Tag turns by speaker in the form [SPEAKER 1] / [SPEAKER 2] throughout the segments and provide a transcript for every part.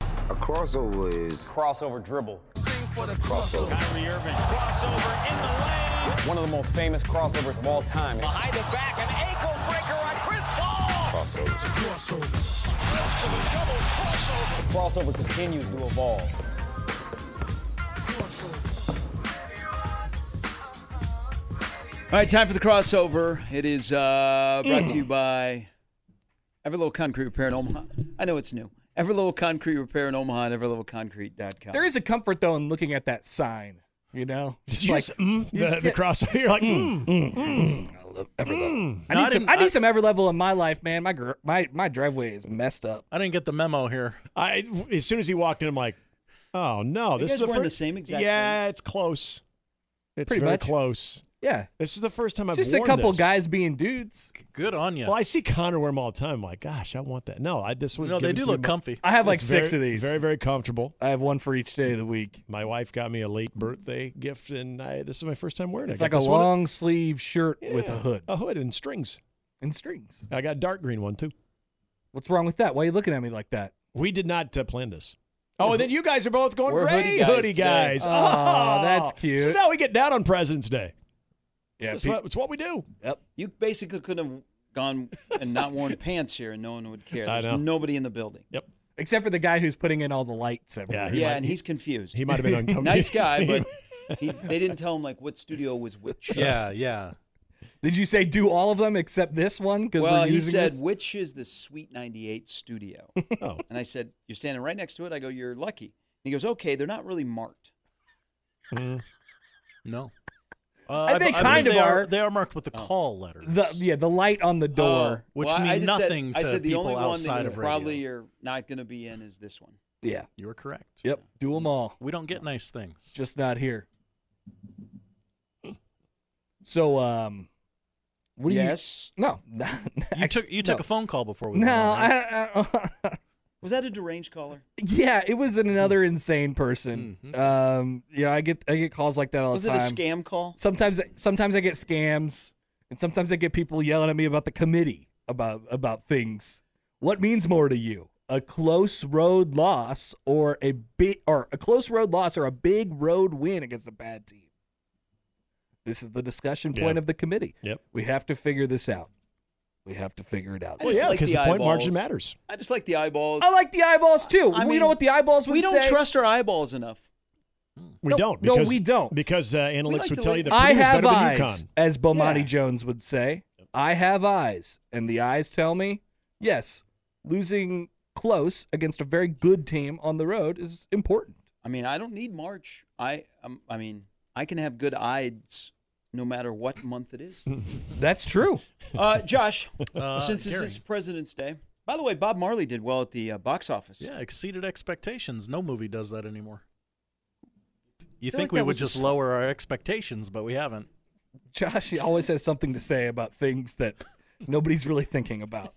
[SPEAKER 1] A crossover is
[SPEAKER 2] crossover dribble.
[SPEAKER 1] crossover.
[SPEAKER 3] Kyrie Irving. Crossover in the lane.
[SPEAKER 2] One of the most famous crossovers of all time.
[SPEAKER 3] Behind the back, an ankle breaker on Chris Paul.
[SPEAKER 1] Crossovers.
[SPEAKER 2] Crossover continues to evolve.
[SPEAKER 4] All right, time for the crossover. It is uh, brought
[SPEAKER 5] Mm.
[SPEAKER 4] to you by Everlevel Concrete Repair in Omaha. I know it's new. Everlevel Concrete Repair in Omaha and everlevelconcrete.com.
[SPEAKER 6] There is a comfort though in looking at that sign. You know, It's
[SPEAKER 5] You
[SPEAKER 6] like,
[SPEAKER 5] just, mm,
[SPEAKER 6] you just
[SPEAKER 5] the, the
[SPEAKER 6] get-
[SPEAKER 5] crossover. You're like, mm,
[SPEAKER 6] I need
[SPEAKER 5] Not
[SPEAKER 6] some.
[SPEAKER 5] in-
[SPEAKER 6] I need
[SPEAKER 5] I-
[SPEAKER 6] some every level in my life, man. My gr- my my driveway is messed up.
[SPEAKER 7] I didn't get the memo here.
[SPEAKER 5] I, as soon as he walked in, I'm like, oh no, this
[SPEAKER 4] guys
[SPEAKER 5] is the,
[SPEAKER 4] wearing
[SPEAKER 5] fir-
[SPEAKER 4] the same exact
[SPEAKER 5] Yeah, it's close. It's
[SPEAKER 6] Pretty
[SPEAKER 5] very
[SPEAKER 6] much.
[SPEAKER 5] close.
[SPEAKER 6] Yeah,
[SPEAKER 5] This is the first time I've
[SPEAKER 6] just a
[SPEAKER 5] worn
[SPEAKER 6] couple
[SPEAKER 5] this.
[SPEAKER 6] guys being dudes.
[SPEAKER 7] Good on you.
[SPEAKER 5] Well, I see Connor wear them all the time. I'm like, gosh, I want that. No, I, this was.
[SPEAKER 7] no, they
[SPEAKER 5] given
[SPEAKER 7] do
[SPEAKER 5] to me
[SPEAKER 7] look
[SPEAKER 5] by-
[SPEAKER 7] comfy.
[SPEAKER 6] I have like
[SPEAKER 5] It's
[SPEAKER 6] six
[SPEAKER 5] very-
[SPEAKER 6] of these.
[SPEAKER 5] Very, very comfortable.
[SPEAKER 6] I have one for each day of the week.
[SPEAKER 5] My wife got me a late birthday gift, and I, this is my first time wearing it.
[SPEAKER 6] It's
[SPEAKER 5] I
[SPEAKER 6] like
[SPEAKER 5] got
[SPEAKER 6] a
[SPEAKER 5] this one-
[SPEAKER 6] long sleeve shirt with a
[SPEAKER 5] Yeah,
[SPEAKER 6] hood
[SPEAKER 5] a hood and strings.
[SPEAKER 6] and strings.
[SPEAKER 5] I got a dark green one too.
[SPEAKER 6] What's wrong with that? Why are you looking at me like that?
[SPEAKER 5] We did not uh, plan this. Oh, and then you guys are both going
[SPEAKER 4] We're
[SPEAKER 5] gray
[SPEAKER 4] hoodie guys today.
[SPEAKER 5] guys.
[SPEAKER 6] Aw, that's
[SPEAKER 5] This
[SPEAKER 6] cute.
[SPEAKER 5] is how we get down on President's Day.
[SPEAKER 6] Yeah,
[SPEAKER 5] That's
[SPEAKER 6] pe-
[SPEAKER 5] what, it's what we do.
[SPEAKER 4] You basically could have gone and not worn pants here and no one would care.
[SPEAKER 5] I
[SPEAKER 4] There's
[SPEAKER 5] know.
[SPEAKER 4] nobody in the building.
[SPEAKER 6] except for the guy who's putting in all the lights everywhere.
[SPEAKER 5] He
[SPEAKER 4] yeah,
[SPEAKER 5] might-
[SPEAKER 4] and he's confused.
[SPEAKER 5] He might have been uncomfortable.
[SPEAKER 4] nice guy, but he, they didn't tell him like what studio was which.
[SPEAKER 7] yeah, yeah.
[SPEAKER 6] Did you say do all of them except this one? Because
[SPEAKER 4] Well,
[SPEAKER 6] we're
[SPEAKER 4] he
[SPEAKER 6] using
[SPEAKER 4] said,
[SPEAKER 6] this?
[SPEAKER 4] which is the Sweet 98 studio?
[SPEAKER 5] Oh.
[SPEAKER 4] And I said, You're standing right next to it. I go, You're lucky. And he goes, Okay, they're not really marked.
[SPEAKER 5] Mm.
[SPEAKER 7] No. Uh,
[SPEAKER 6] And they
[SPEAKER 7] b- believe
[SPEAKER 6] kind of
[SPEAKER 7] they
[SPEAKER 6] are. Oh.
[SPEAKER 7] They are marked with the call letters.
[SPEAKER 6] the yeah the light on the door.
[SPEAKER 5] Oh.
[SPEAKER 7] which
[SPEAKER 4] Oh, Well, I- I
[SPEAKER 7] mean
[SPEAKER 4] just said-
[SPEAKER 7] nothing
[SPEAKER 4] I
[SPEAKER 7] to
[SPEAKER 4] said the
[SPEAKER 7] people
[SPEAKER 4] only one that
[SPEAKER 7] outside
[SPEAKER 4] you
[SPEAKER 7] of radio.
[SPEAKER 4] probably are not going to be in is this one.
[SPEAKER 6] Yeah.
[SPEAKER 7] You were correct.
[SPEAKER 6] Yep. Do them all.
[SPEAKER 7] We don't get nice things.
[SPEAKER 6] just not here. So, um, what do
[SPEAKER 4] yes.
[SPEAKER 6] you? No, you
[SPEAKER 7] You took you took a phone call before we.
[SPEAKER 6] No,
[SPEAKER 7] went on, right?
[SPEAKER 6] I, I,
[SPEAKER 4] Was that a deranged caller?
[SPEAKER 6] yeah, it was another insane person.
[SPEAKER 7] Mhm.
[SPEAKER 6] Um, you know, I get I get calls like that all
[SPEAKER 4] Mm-hmm. was
[SPEAKER 6] the
[SPEAKER 4] it a
[SPEAKER 6] time.
[SPEAKER 4] scam call?
[SPEAKER 6] Sometimes, sometimes I get scams, and sometimes I get people yelling at me about the committee about about things. What means more to you, a close road loss or a big or a close road loss or a big road win against a bad team? This is the discussion point
[SPEAKER 5] Yeah.
[SPEAKER 6] of the committee.
[SPEAKER 5] Yep.
[SPEAKER 6] We have to figure this out. We have to figure it out.
[SPEAKER 4] I
[SPEAKER 5] Well,
[SPEAKER 4] just
[SPEAKER 5] yeah,
[SPEAKER 4] like
[SPEAKER 5] because
[SPEAKER 4] the
[SPEAKER 5] the, point
[SPEAKER 4] eyeballs.
[SPEAKER 5] margin matters.
[SPEAKER 4] I just like the eyeballs.
[SPEAKER 6] I like the eyeballs too.
[SPEAKER 4] I
[SPEAKER 6] we
[SPEAKER 4] mean,
[SPEAKER 6] know what the eyeballs would
[SPEAKER 4] we don't
[SPEAKER 6] say.
[SPEAKER 4] trust our eyeballs enough.
[SPEAKER 5] We
[SPEAKER 6] No,
[SPEAKER 5] don't.
[SPEAKER 6] no,
[SPEAKER 5] Because,
[SPEAKER 6] we don't.
[SPEAKER 5] Because uh, analytics
[SPEAKER 4] like
[SPEAKER 5] would
[SPEAKER 4] to
[SPEAKER 5] tell you
[SPEAKER 4] like-
[SPEAKER 5] the
[SPEAKER 6] I
[SPEAKER 5] Purdue's
[SPEAKER 6] have
[SPEAKER 5] better than
[SPEAKER 6] eyes,
[SPEAKER 5] UConn.
[SPEAKER 6] as Bomani
[SPEAKER 4] Yeah.
[SPEAKER 6] Jones would say. I have eyes, and the eyes tell me, yes, losing close against a very good team on the road is important.
[SPEAKER 4] I mean, I don't need March. I um, I mean, I can have good eyes no matter what month it is.
[SPEAKER 6] That's true.
[SPEAKER 4] Uh, Josh,
[SPEAKER 7] Uh,
[SPEAKER 4] since this
[SPEAKER 7] Gary.
[SPEAKER 4] is President's Day, by the way, Bob Marley did well at the uh, box office.
[SPEAKER 7] Yeah, exceeded expectations. No movie does that anymore. You
[SPEAKER 6] feel like
[SPEAKER 7] think we
[SPEAKER 6] that
[SPEAKER 7] would
[SPEAKER 6] was a
[SPEAKER 7] just
[SPEAKER 6] sl-
[SPEAKER 7] lower our expectations, but we haven't.
[SPEAKER 6] Josh he always has something to say about things that nobody's really thinking about.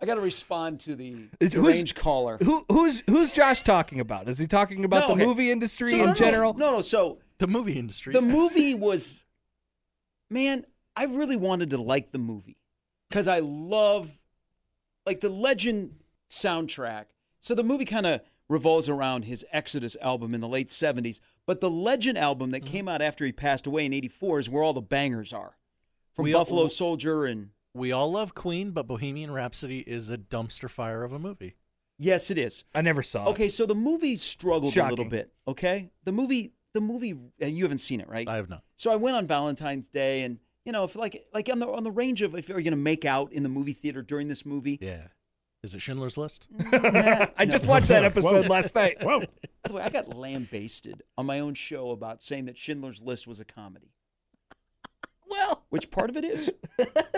[SPEAKER 4] I got to respond to the
[SPEAKER 6] Is- who's-
[SPEAKER 4] deranged caller.
[SPEAKER 6] Who, who's who's Josh talking about? Is he talking about
[SPEAKER 4] No,
[SPEAKER 6] the
[SPEAKER 4] okay.
[SPEAKER 6] movie industry
[SPEAKER 4] So,
[SPEAKER 6] in
[SPEAKER 4] no, no,
[SPEAKER 6] general?
[SPEAKER 4] No, no. So
[SPEAKER 7] The movie industry.
[SPEAKER 4] the movie was, man, I really wanted to like the movie because I love, like, the legend soundtrack. So the movie kind of revolves around his Exodus album in the late 70s, but the legend album that
[SPEAKER 6] Mm-hmm.
[SPEAKER 4] came out after he passed away in 84 is where all the bangers are from
[SPEAKER 7] We all-
[SPEAKER 4] Buffalo Soldier and.
[SPEAKER 7] We all love Queen, but Bohemian Rhapsody is a dumpster fire of a movie.
[SPEAKER 4] Yes, it is.
[SPEAKER 6] I never saw it.
[SPEAKER 4] Okay, so the movie struggled a little
[SPEAKER 6] Shocking.
[SPEAKER 4] bit. Okay, the movie, the movie, and you haven't seen it, right?
[SPEAKER 7] I have not.
[SPEAKER 4] So I went on Valentine's Day, and you know, if like like on the on the range of if you're gonna make out in the movie theater during this movie,
[SPEAKER 7] Yeah. Is it Schindler's List?
[SPEAKER 6] I just watched that episode last night.
[SPEAKER 5] Whoa.
[SPEAKER 4] by the way, I got lambasted on my own show about saying that Schindler's List was a comedy,
[SPEAKER 6] Well,
[SPEAKER 4] which part of it is,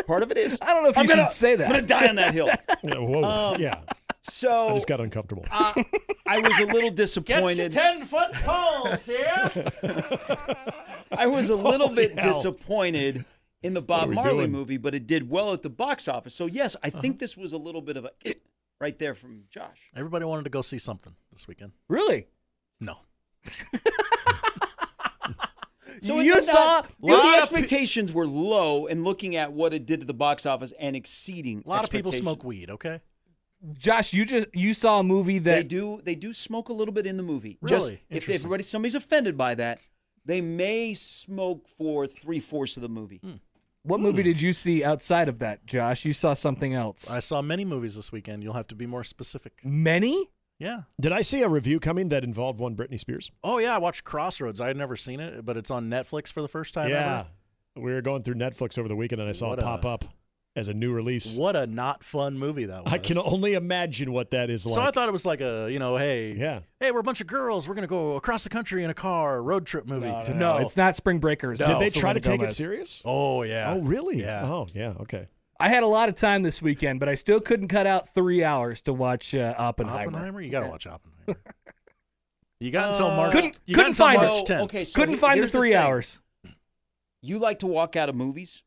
[SPEAKER 4] part of it is.
[SPEAKER 6] I don't know if
[SPEAKER 4] I'm
[SPEAKER 6] you
[SPEAKER 4] gonna-
[SPEAKER 6] should say that.
[SPEAKER 4] I'm gonna die on that hill.
[SPEAKER 5] Yeah, Whoa.
[SPEAKER 4] Um,
[SPEAKER 5] yeah.
[SPEAKER 4] So
[SPEAKER 5] I just got uncomfortable.
[SPEAKER 4] uh, I was a little disappointed.
[SPEAKER 7] foot poles here.
[SPEAKER 4] I was a little
[SPEAKER 5] Holy
[SPEAKER 4] bit
[SPEAKER 5] hell.
[SPEAKER 4] disappointed in the Bob
[SPEAKER 5] we
[SPEAKER 4] Marley
[SPEAKER 5] doing?
[SPEAKER 4] movie, but it did well at the box office. So yes, I
[SPEAKER 6] Uh-huh.
[SPEAKER 4] think this was a little bit of a right there from Josh.
[SPEAKER 7] Everybody wanted to go see something this weekend.
[SPEAKER 6] Really?
[SPEAKER 7] No.
[SPEAKER 4] So it
[SPEAKER 6] you
[SPEAKER 4] did
[SPEAKER 6] saw
[SPEAKER 4] not-
[SPEAKER 6] you
[SPEAKER 4] the
[SPEAKER 6] saw-
[SPEAKER 4] expectations were low, and looking at what it did to the box office and exceeding.
[SPEAKER 7] A lot of people
[SPEAKER 4] expectations.
[SPEAKER 7] smoke weed, okay?
[SPEAKER 6] Josh. You just you saw a movie that
[SPEAKER 4] they do they do smoke a little bit in the movie. Just
[SPEAKER 7] Really?
[SPEAKER 4] if
[SPEAKER 7] Interesting.
[SPEAKER 4] everybody somebody's offended by that, they may smoke for three fourths of the movie.
[SPEAKER 6] What movie
[SPEAKER 4] Hmm.
[SPEAKER 6] did you see outside of that, Josh? You saw something else.
[SPEAKER 7] I saw many movies this weekend. You'll have to be more specific.
[SPEAKER 6] Many?
[SPEAKER 7] Yeah.
[SPEAKER 5] Did I see a review coming that involved one Britney Spears?
[SPEAKER 7] Oh yeah, I watched Crossroads. I had never seen it, but it's on Netflix for the first time
[SPEAKER 5] yeah. We were going through Netflix over the weekend and I saw
[SPEAKER 7] What
[SPEAKER 5] it
[SPEAKER 7] a-
[SPEAKER 5] pop up as a new release.
[SPEAKER 7] ever. What a not fun movie that was.
[SPEAKER 5] I can only imagine what that is like.
[SPEAKER 7] So I thought it was like a, you know, hey,
[SPEAKER 5] Yeah.
[SPEAKER 7] hey, we're a bunch of girls. We're gonna go across the country in a car, road trip movie.
[SPEAKER 6] No, it's not Spring Breakers.
[SPEAKER 5] Did
[SPEAKER 6] Selena
[SPEAKER 5] they try to take it
[SPEAKER 6] Gomez.
[SPEAKER 5] serious?
[SPEAKER 7] Oh yeah.
[SPEAKER 5] Oh, really?
[SPEAKER 7] Yeah.
[SPEAKER 5] Oh, yeah. Okay.
[SPEAKER 6] I had a lot of time this weekend, but I still couldn't cut out three hours to watch uh, Oppenheimer.
[SPEAKER 7] Oppenheimer. You gotta watch Oppenheimer. you got until March.
[SPEAKER 6] Uh, Couldn't-
[SPEAKER 7] you
[SPEAKER 6] couldn't
[SPEAKER 7] got until
[SPEAKER 6] find it.
[SPEAKER 7] March
[SPEAKER 4] So,
[SPEAKER 7] 10th.
[SPEAKER 4] okay, so
[SPEAKER 6] Couldn't
[SPEAKER 4] he-
[SPEAKER 6] find the
[SPEAKER 4] here's
[SPEAKER 6] three
[SPEAKER 4] thing.
[SPEAKER 6] hours.
[SPEAKER 4] You like to walk out of movies.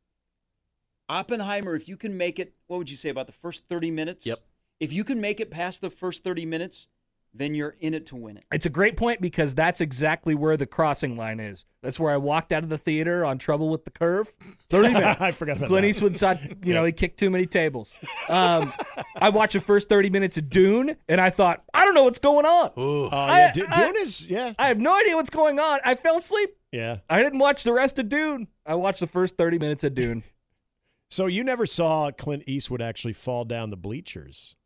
[SPEAKER 4] Oppenheimer, if you can make it, what would you say about the first thirty minutes?
[SPEAKER 7] Yep.
[SPEAKER 4] If you can make it past the first thirty minutes, then you're in it to win it.
[SPEAKER 6] It's a great point because that's exactly where the crossing line is. That's where I walked out of the theater on Trouble with the Curve. Thirty minutes.
[SPEAKER 5] I forgot about
[SPEAKER 6] Clint
[SPEAKER 5] that.
[SPEAKER 6] Eastwood saw, you know, he kicked too many tables. Um, I watched the first thirty minutes of Dune, and I thought, I don't know what's going on.
[SPEAKER 5] Oh,
[SPEAKER 6] I-
[SPEAKER 5] yeah. D-
[SPEAKER 6] I-
[SPEAKER 5] Dune is, yeah.
[SPEAKER 6] I have no idea what's going on. I fell asleep.
[SPEAKER 5] yeah.
[SPEAKER 6] I didn't watch the rest of Dune. I watched the first 30 minutes of Dune.
[SPEAKER 5] So you never saw Clint Eastwood actually fall down the bleachers.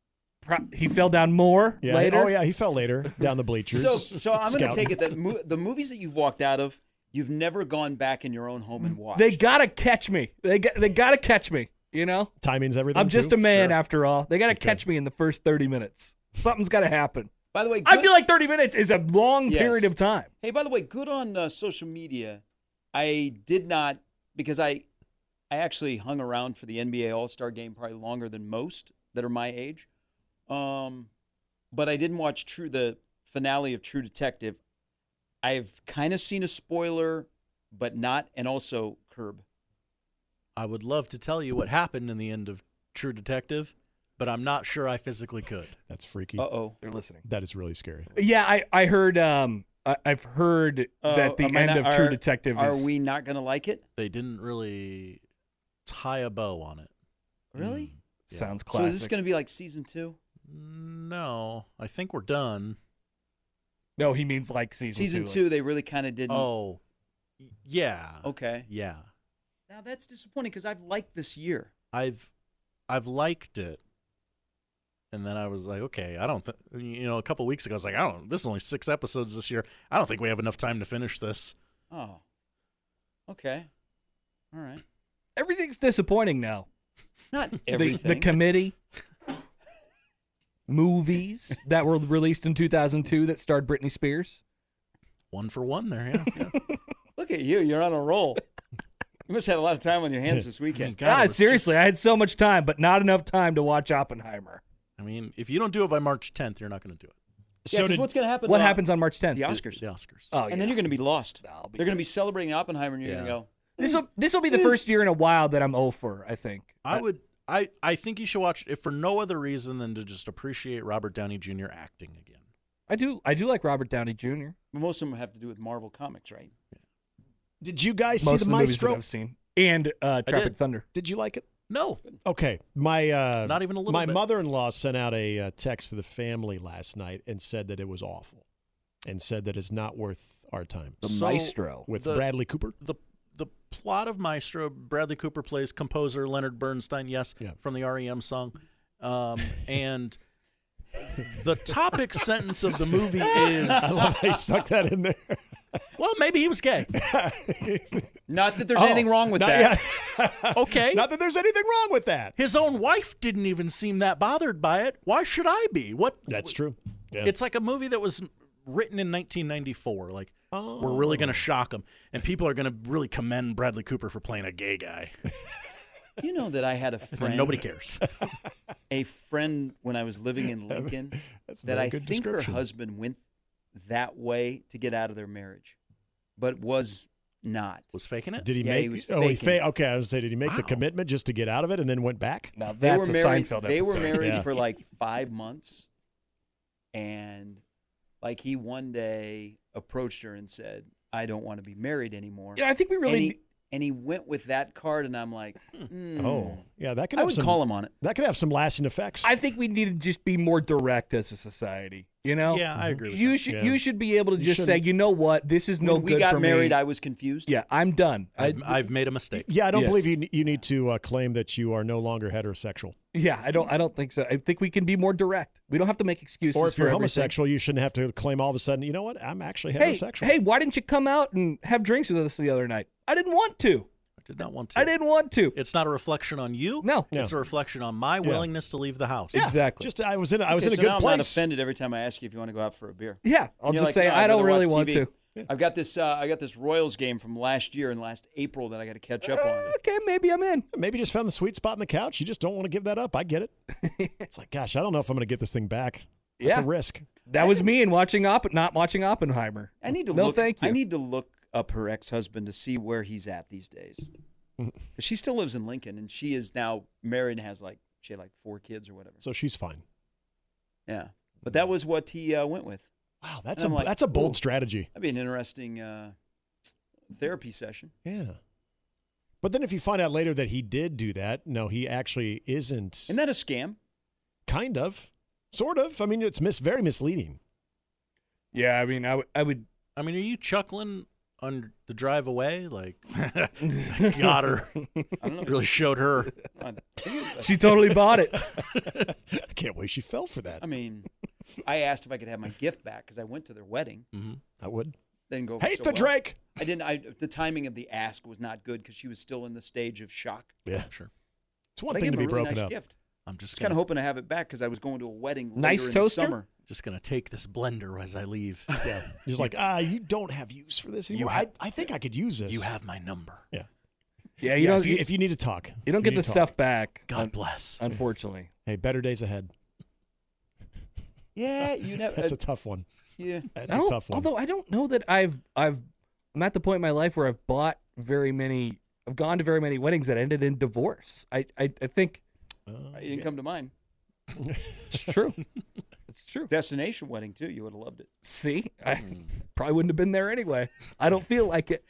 [SPEAKER 6] Pro- He fell down more
[SPEAKER 5] Yeah.
[SPEAKER 6] later.
[SPEAKER 5] Oh, yeah. He fell later down the bleachers.
[SPEAKER 4] So, so I'm going to
[SPEAKER 5] Scout.
[SPEAKER 4] take it that mo- the movies that you've walked out of, you've never gone back in your own home and watched.
[SPEAKER 6] They gotta catch me. They got, they gotta catch me. You know,
[SPEAKER 5] Timing's everything.
[SPEAKER 6] I'm just
[SPEAKER 5] too.
[SPEAKER 6] a man
[SPEAKER 5] Sure.
[SPEAKER 6] after all. They gotta
[SPEAKER 5] Okay.
[SPEAKER 6] catch me in the first 30 minutes. Something's gotta happen.
[SPEAKER 4] by the way, good,
[SPEAKER 6] I feel like 30 minutes is a long
[SPEAKER 4] Yes.
[SPEAKER 6] period of time.
[SPEAKER 4] Hey, by the way, good on uh, social media. I did not because I, I actually hung around for the NBA All Star Game probably longer than most that are my age, um, but I didn't watch True the finale of True Detective. I've kind of seen a spoiler, but not, and also Curb.
[SPEAKER 7] I would love to tell you what happened in the end of True Detective, but I'm not sure I physically could.
[SPEAKER 5] That's freaky.
[SPEAKER 4] Uh oh.
[SPEAKER 6] They're listening.
[SPEAKER 5] That is really scary.
[SPEAKER 6] Yeah, I I heard um I, I've heard that the
[SPEAKER 4] Oh, Uh, am I
[SPEAKER 6] end
[SPEAKER 4] not-
[SPEAKER 6] of True
[SPEAKER 4] are-
[SPEAKER 6] Detective
[SPEAKER 4] Are
[SPEAKER 6] is
[SPEAKER 4] we not going to like it?
[SPEAKER 7] They didn't really tie a bow on it.
[SPEAKER 4] Really?
[SPEAKER 7] Yeah.
[SPEAKER 6] sounds
[SPEAKER 4] So
[SPEAKER 6] classic.
[SPEAKER 4] is this going to be like season two?
[SPEAKER 7] No, I think we're done.
[SPEAKER 6] No, he means like season,
[SPEAKER 4] Season
[SPEAKER 6] two.
[SPEAKER 4] two, they really kind of didn't.
[SPEAKER 7] Oh, y- yeah.
[SPEAKER 4] Okay.
[SPEAKER 7] Yeah.
[SPEAKER 4] Now that's disappointing because I've liked this year.
[SPEAKER 7] I've I've liked it. And then I was like, okay, I don't, th- you know, a couple weeks ago, I was like, I don't, this is only six episodes this year. I don't think we have enough time to finish this.
[SPEAKER 4] Oh. Okay. All right.
[SPEAKER 6] Everything's disappointing now.
[SPEAKER 4] Not
[SPEAKER 6] The-
[SPEAKER 4] everything.
[SPEAKER 6] The, committee, movies that were released in 2002 that starred Britney Spears.
[SPEAKER 7] One for one there, yeah. yeah.
[SPEAKER 4] Look at you. You're on a roll. you must have had a lot of time on your hands this weekend.
[SPEAKER 7] Oh God, it
[SPEAKER 6] God,
[SPEAKER 7] was
[SPEAKER 6] seriously,
[SPEAKER 7] just-
[SPEAKER 6] I had so much time, but not enough time to watch Oppenheimer.
[SPEAKER 7] I mean, if you don't do it by March 10th, you're not going to do it.
[SPEAKER 4] Yeah, 'cause what's going to happen?
[SPEAKER 6] What
[SPEAKER 4] uh,
[SPEAKER 6] happens on March
[SPEAKER 4] The
[SPEAKER 6] 10th?
[SPEAKER 4] Oscars.
[SPEAKER 7] The Oscars.
[SPEAKER 6] Oh,
[SPEAKER 4] And then you're going to be lost.
[SPEAKER 6] I'll be
[SPEAKER 4] They're going to be celebrating Oppenheimer, and you're
[SPEAKER 7] Yeah.
[SPEAKER 4] going to go.
[SPEAKER 6] this will this will be the
[SPEAKER 4] Mm.
[SPEAKER 6] first year in a while that I'm 0 for. I think.
[SPEAKER 7] I would. I, I think you should watch it for no other reason than to just appreciate Robert Downey Jr. acting again.
[SPEAKER 6] I do I do like Robert Downey Jr.
[SPEAKER 4] But most of them have to do with Marvel Comics, right?
[SPEAKER 5] Did you guys
[SPEAKER 6] Most
[SPEAKER 5] see
[SPEAKER 6] of
[SPEAKER 5] the
[SPEAKER 6] the movies that
[SPEAKER 5] Maestro?
[SPEAKER 6] I've seen and uh, Tropic
[SPEAKER 7] did.
[SPEAKER 6] Thunder.
[SPEAKER 5] Did you like it?
[SPEAKER 7] No,
[SPEAKER 5] Okay, my uh,
[SPEAKER 7] Not even a little
[SPEAKER 5] My
[SPEAKER 7] bit.
[SPEAKER 5] mother-in-law sent out a uh, text to the family last night and said that it was awful, and said that it's not worth our time
[SPEAKER 6] The
[SPEAKER 7] So-
[SPEAKER 6] Maestro.
[SPEAKER 5] with
[SPEAKER 7] the-
[SPEAKER 5] Bradley Cooper.
[SPEAKER 7] the the plot of Maestro. Bradley Cooper plays composer Leonard Bernstein. Yes,
[SPEAKER 5] Yeah.
[SPEAKER 7] from the REM song, um, and the topic sentence of the movie
[SPEAKER 5] I
[SPEAKER 7] is
[SPEAKER 5] love how you stuck that in there.
[SPEAKER 7] well, maybe he was gay.
[SPEAKER 4] Not that there's
[SPEAKER 5] Oh,
[SPEAKER 4] anything wrong with
[SPEAKER 5] not-
[SPEAKER 4] that.
[SPEAKER 5] yeah.
[SPEAKER 7] Okay.
[SPEAKER 5] Not that there's anything wrong with that.
[SPEAKER 7] His own wife didn't even seem that bothered by it. Why should I be? What?
[SPEAKER 5] That's true. Yeah.
[SPEAKER 7] It's like a movie that was written in 1994. Like we're
[SPEAKER 5] Oh.
[SPEAKER 7] really going to shock him, and people are going to really commend Bradley Cooper for playing a gay guy.
[SPEAKER 4] You know that I had a
[SPEAKER 7] Then
[SPEAKER 4] friend.
[SPEAKER 7] nobody cares.
[SPEAKER 4] a friend when I was living in Lincoln
[SPEAKER 5] That's a
[SPEAKER 4] that
[SPEAKER 5] very
[SPEAKER 4] I
[SPEAKER 5] good
[SPEAKER 4] think her
[SPEAKER 5] description.
[SPEAKER 4] husband went that way to get out of their marriage, but was not.
[SPEAKER 7] Was faking it.
[SPEAKER 5] Did he
[SPEAKER 4] Yeah,
[SPEAKER 5] make?
[SPEAKER 4] he was
[SPEAKER 5] oh, he
[SPEAKER 4] faking it.
[SPEAKER 5] fa- Okay, I was gonna say, did he make the
[SPEAKER 7] Wow.
[SPEAKER 5] commitment just to get out of it and then went back?
[SPEAKER 6] Now
[SPEAKER 4] They
[SPEAKER 6] that's
[SPEAKER 4] were
[SPEAKER 6] a
[SPEAKER 4] married,
[SPEAKER 6] Seinfeld episode.
[SPEAKER 4] They were married
[SPEAKER 5] Yeah.
[SPEAKER 4] for like five months, and like he one day approached her and said, "I don't want to be married anymore."
[SPEAKER 6] Yeah, I think we really.
[SPEAKER 4] and, he, and he went with that card, and I'm like, hmm,
[SPEAKER 5] Oh, yeah, that could.
[SPEAKER 4] I
[SPEAKER 5] Have
[SPEAKER 4] would
[SPEAKER 5] some,
[SPEAKER 4] call him on it.
[SPEAKER 5] That could have some lasting effects.
[SPEAKER 6] I think we need to just be more direct as a society. You know.
[SPEAKER 7] Yeah,
[SPEAKER 5] Mm-hmm.
[SPEAKER 7] I agree. With
[SPEAKER 6] You
[SPEAKER 7] that.
[SPEAKER 6] should
[SPEAKER 5] Yeah.
[SPEAKER 6] you should be able to
[SPEAKER 5] You
[SPEAKER 6] just say,
[SPEAKER 5] shouldn't-
[SPEAKER 6] you know what, this is no
[SPEAKER 4] when we
[SPEAKER 6] good
[SPEAKER 4] got
[SPEAKER 6] for
[SPEAKER 4] married,
[SPEAKER 6] me.
[SPEAKER 4] I was confused.
[SPEAKER 6] yeah, I'm done. I,
[SPEAKER 7] I've, I've made a mistake.
[SPEAKER 5] yeah, I don't
[SPEAKER 6] Yes.
[SPEAKER 5] believe you. You need to uh, claim that you are no longer heterosexual,
[SPEAKER 6] yeah, I don't I don't think so. I think we can be more direct. We don't have to make excuses
[SPEAKER 5] or if
[SPEAKER 6] for
[SPEAKER 5] you're
[SPEAKER 6] everything.
[SPEAKER 5] homosexual, you shouldn't have to claim all of a sudden. You know what? I'm actually
[SPEAKER 6] Hey,
[SPEAKER 5] heterosexual.
[SPEAKER 6] hey, why didn't you come out and have drinks with us the other night? I didn't want to.
[SPEAKER 7] I did not want to.
[SPEAKER 6] I didn't want to.
[SPEAKER 7] It's not a reflection on you.
[SPEAKER 6] No.
[SPEAKER 5] No.
[SPEAKER 7] It's a reflection on my willingness to leave the house.
[SPEAKER 6] Yeah. Exactly.
[SPEAKER 5] Just I was in. I was
[SPEAKER 4] Okay,
[SPEAKER 5] in a
[SPEAKER 4] so
[SPEAKER 5] good
[SPEAKER 4] now
[SPEAKER 5] place.
[SPEAKER 4] I'm not offended every time I ask you if you want to go out for a beer.
[SPEAKER 6] yeah, I'll
[SPEAKER 4] You're
[SPEAKER 6] just
[SPEAKER 4] like,
[SPEAKER 6] say
[SPEAKER 4] "No, I'd
[SPEAKER 6] I don't
[SPEAKER 4] rather
[SPEAKER 6] really
[SPEAKER 4] watch
[SPEAKER 6] want
[SPEAKER 4] TV."
[SPEAKER 6] to.
[SPEAKER 4] I've got this. Uh, I got this Royals game from last year and last April that I got to catch up on.
[SPEAKER 6] Okay, maybe I'm in.
[SPEAKER 5] Maybe just found the sweet spot in the couch. You just don't want to give that up. I get it. it's like, gosh, I don't know if I'm going to get this thing back. It's
[SPEAKER 6] Yeah.
[SPEAKER 5] a risk.
[SPEAKER 6] That was me and watching Opp not watching Oppenheimer.
[SPEAKER 4] I need to
[SPEAKER 6] No
[SPEAKER 4] look.
[SPEAKER 6] thank you.
[SPEAKER 4] I need to look up her ex-husband to see where he's at these days. 'Cause she still lives in Lincoln and she is now married and has like she had like four kids or whatever.
[SPEAKER 5] So she's fine.
[SPEAKER 4] Yeah, but that was what he uh, went with.
[SPEAKER 5] Wow, that's a
[SPEAKER 4] And I'm like,
[SPEAKER 5] that's a bold
[SPEAKER 4] ooh.
[SPEAKER 5] strategy.
[SPEAKER 4] That'd be an interesting uh, therapy session.
[SPEAKER 5] Yeah. But then if you find out later that he did do that, no, he actually isn't.
[SPEAKER 4] Isn't that a scam?
[SPEAKER 5] kind of, sort of. I mean, it's mis- very misleading.
[SPEAKER 6] Yeah, I mean I would I would
[SPEAKER 7] I mean, are you chuckling on the drive away? Like, got her.
[SPEAKER 4] I don't know.
[SPEAKER 7] Really showed her.
[SPEAKER 6] She totally bought it.
[SPEAKER 5] I can't believe she fell for that.
[SPEAKER 4] I mean, I asked if I could have my gift back because I went to their wedding.
[SPEAKER 7] Mm-hmm.
[SPEAKER 5] I would
[SPEAKER 4] Then go over
[SPEAKER 5] hate
[SPEAKER 4] oh, so
[SPEAKER 5] the
[SPEAKER 4] well.
[SPEAKER 5] Drake.
[SPEAKER 4] I didn't. I the timing of the ask was not good because she was still in the stage of shock.
[SPEAKER 5] Yeah,
[SPEAKER 7] Sure.
[SPEAKER 5] it's one
[SPEAKER 4] But I
[SPEAKER 5] thing
[SPEAKER 4] gave
[SPEAKER 5] to
[SPEAKER 4] him
[SPEAKER 5] be
[SPEAKER 4] a really
[SPEAKER 5] broken
[SPEAKER 4] nice
[SPEAKER 5] up.
[SPEAKER 4] gift.
[SPEAKER 7] I'm just
[SPEAKER 4] Just kind
[SPEAKER 7] gonna
[SPEAKER 4] of hoping to have it back because I was going to a wedding.
[SPEAKER 6] Nice
[SPEAKER 4] later in the
[SPEAKER 6] toaster?
[SPEAKER 4] summer.
[SPEAKER 7] just gonna take this blender as I leave.
[SPEAKER 5] Yeah, just like ah, you don't have use for this anymore.
[SPEAKER 7] have-
[SPEAKER 5] I, I think I could use this.
[SPEAKER 7] you have my number.
[SPEAKER 5] Yeah.
[SPEAKER 6] Yeah,
[SPEAKER 5] Yeah,
[SPEAKER 6] you don't
[SPEAKER 5] if, you, if you need to talk,
[SPEAKER 6] you don't
[SPEAKER 5] if
[SPEAKER 6] get
[SPEAKER 5] need
[SPEAKER 6] the
[SPEAKER 5] to talk.
[SPEAKER 6] stuff back. un-
[SPEAKER 7] God bless.
[SPEAKER 6] unfortunately.
[SPEAKER 5] Hey, better days ahead.
[SPEAKER 4] Yeah, you never.
[SPEAKER 5] That's
[SPEAKER 4] uh,
[SPEAKER 5] a tough one.
[SPEAKER 4] yeah,
[SPEAKER 5] That's
[SPEAKER 6] I
[SPEAKER 5] a
[SPEAKER 6] don't-
[SPEAKER 5] tough one.
[SPEAKER 6] Although I don't know that I've I've I'm at the point in my life where I've bought very many I've gone to very many weddings that ended in divorce. I I, I think
[SPEAKER 5] Uh,
[SPEAKER 4] you didn't come to mine.
[SPEAKER 6] it's true. it's true.
[SPEAKER 4] Destination wedding too. You would have loved it.
[SPEAKER 6] See? I probably wouldn't have been there anyway. I don't feel like it.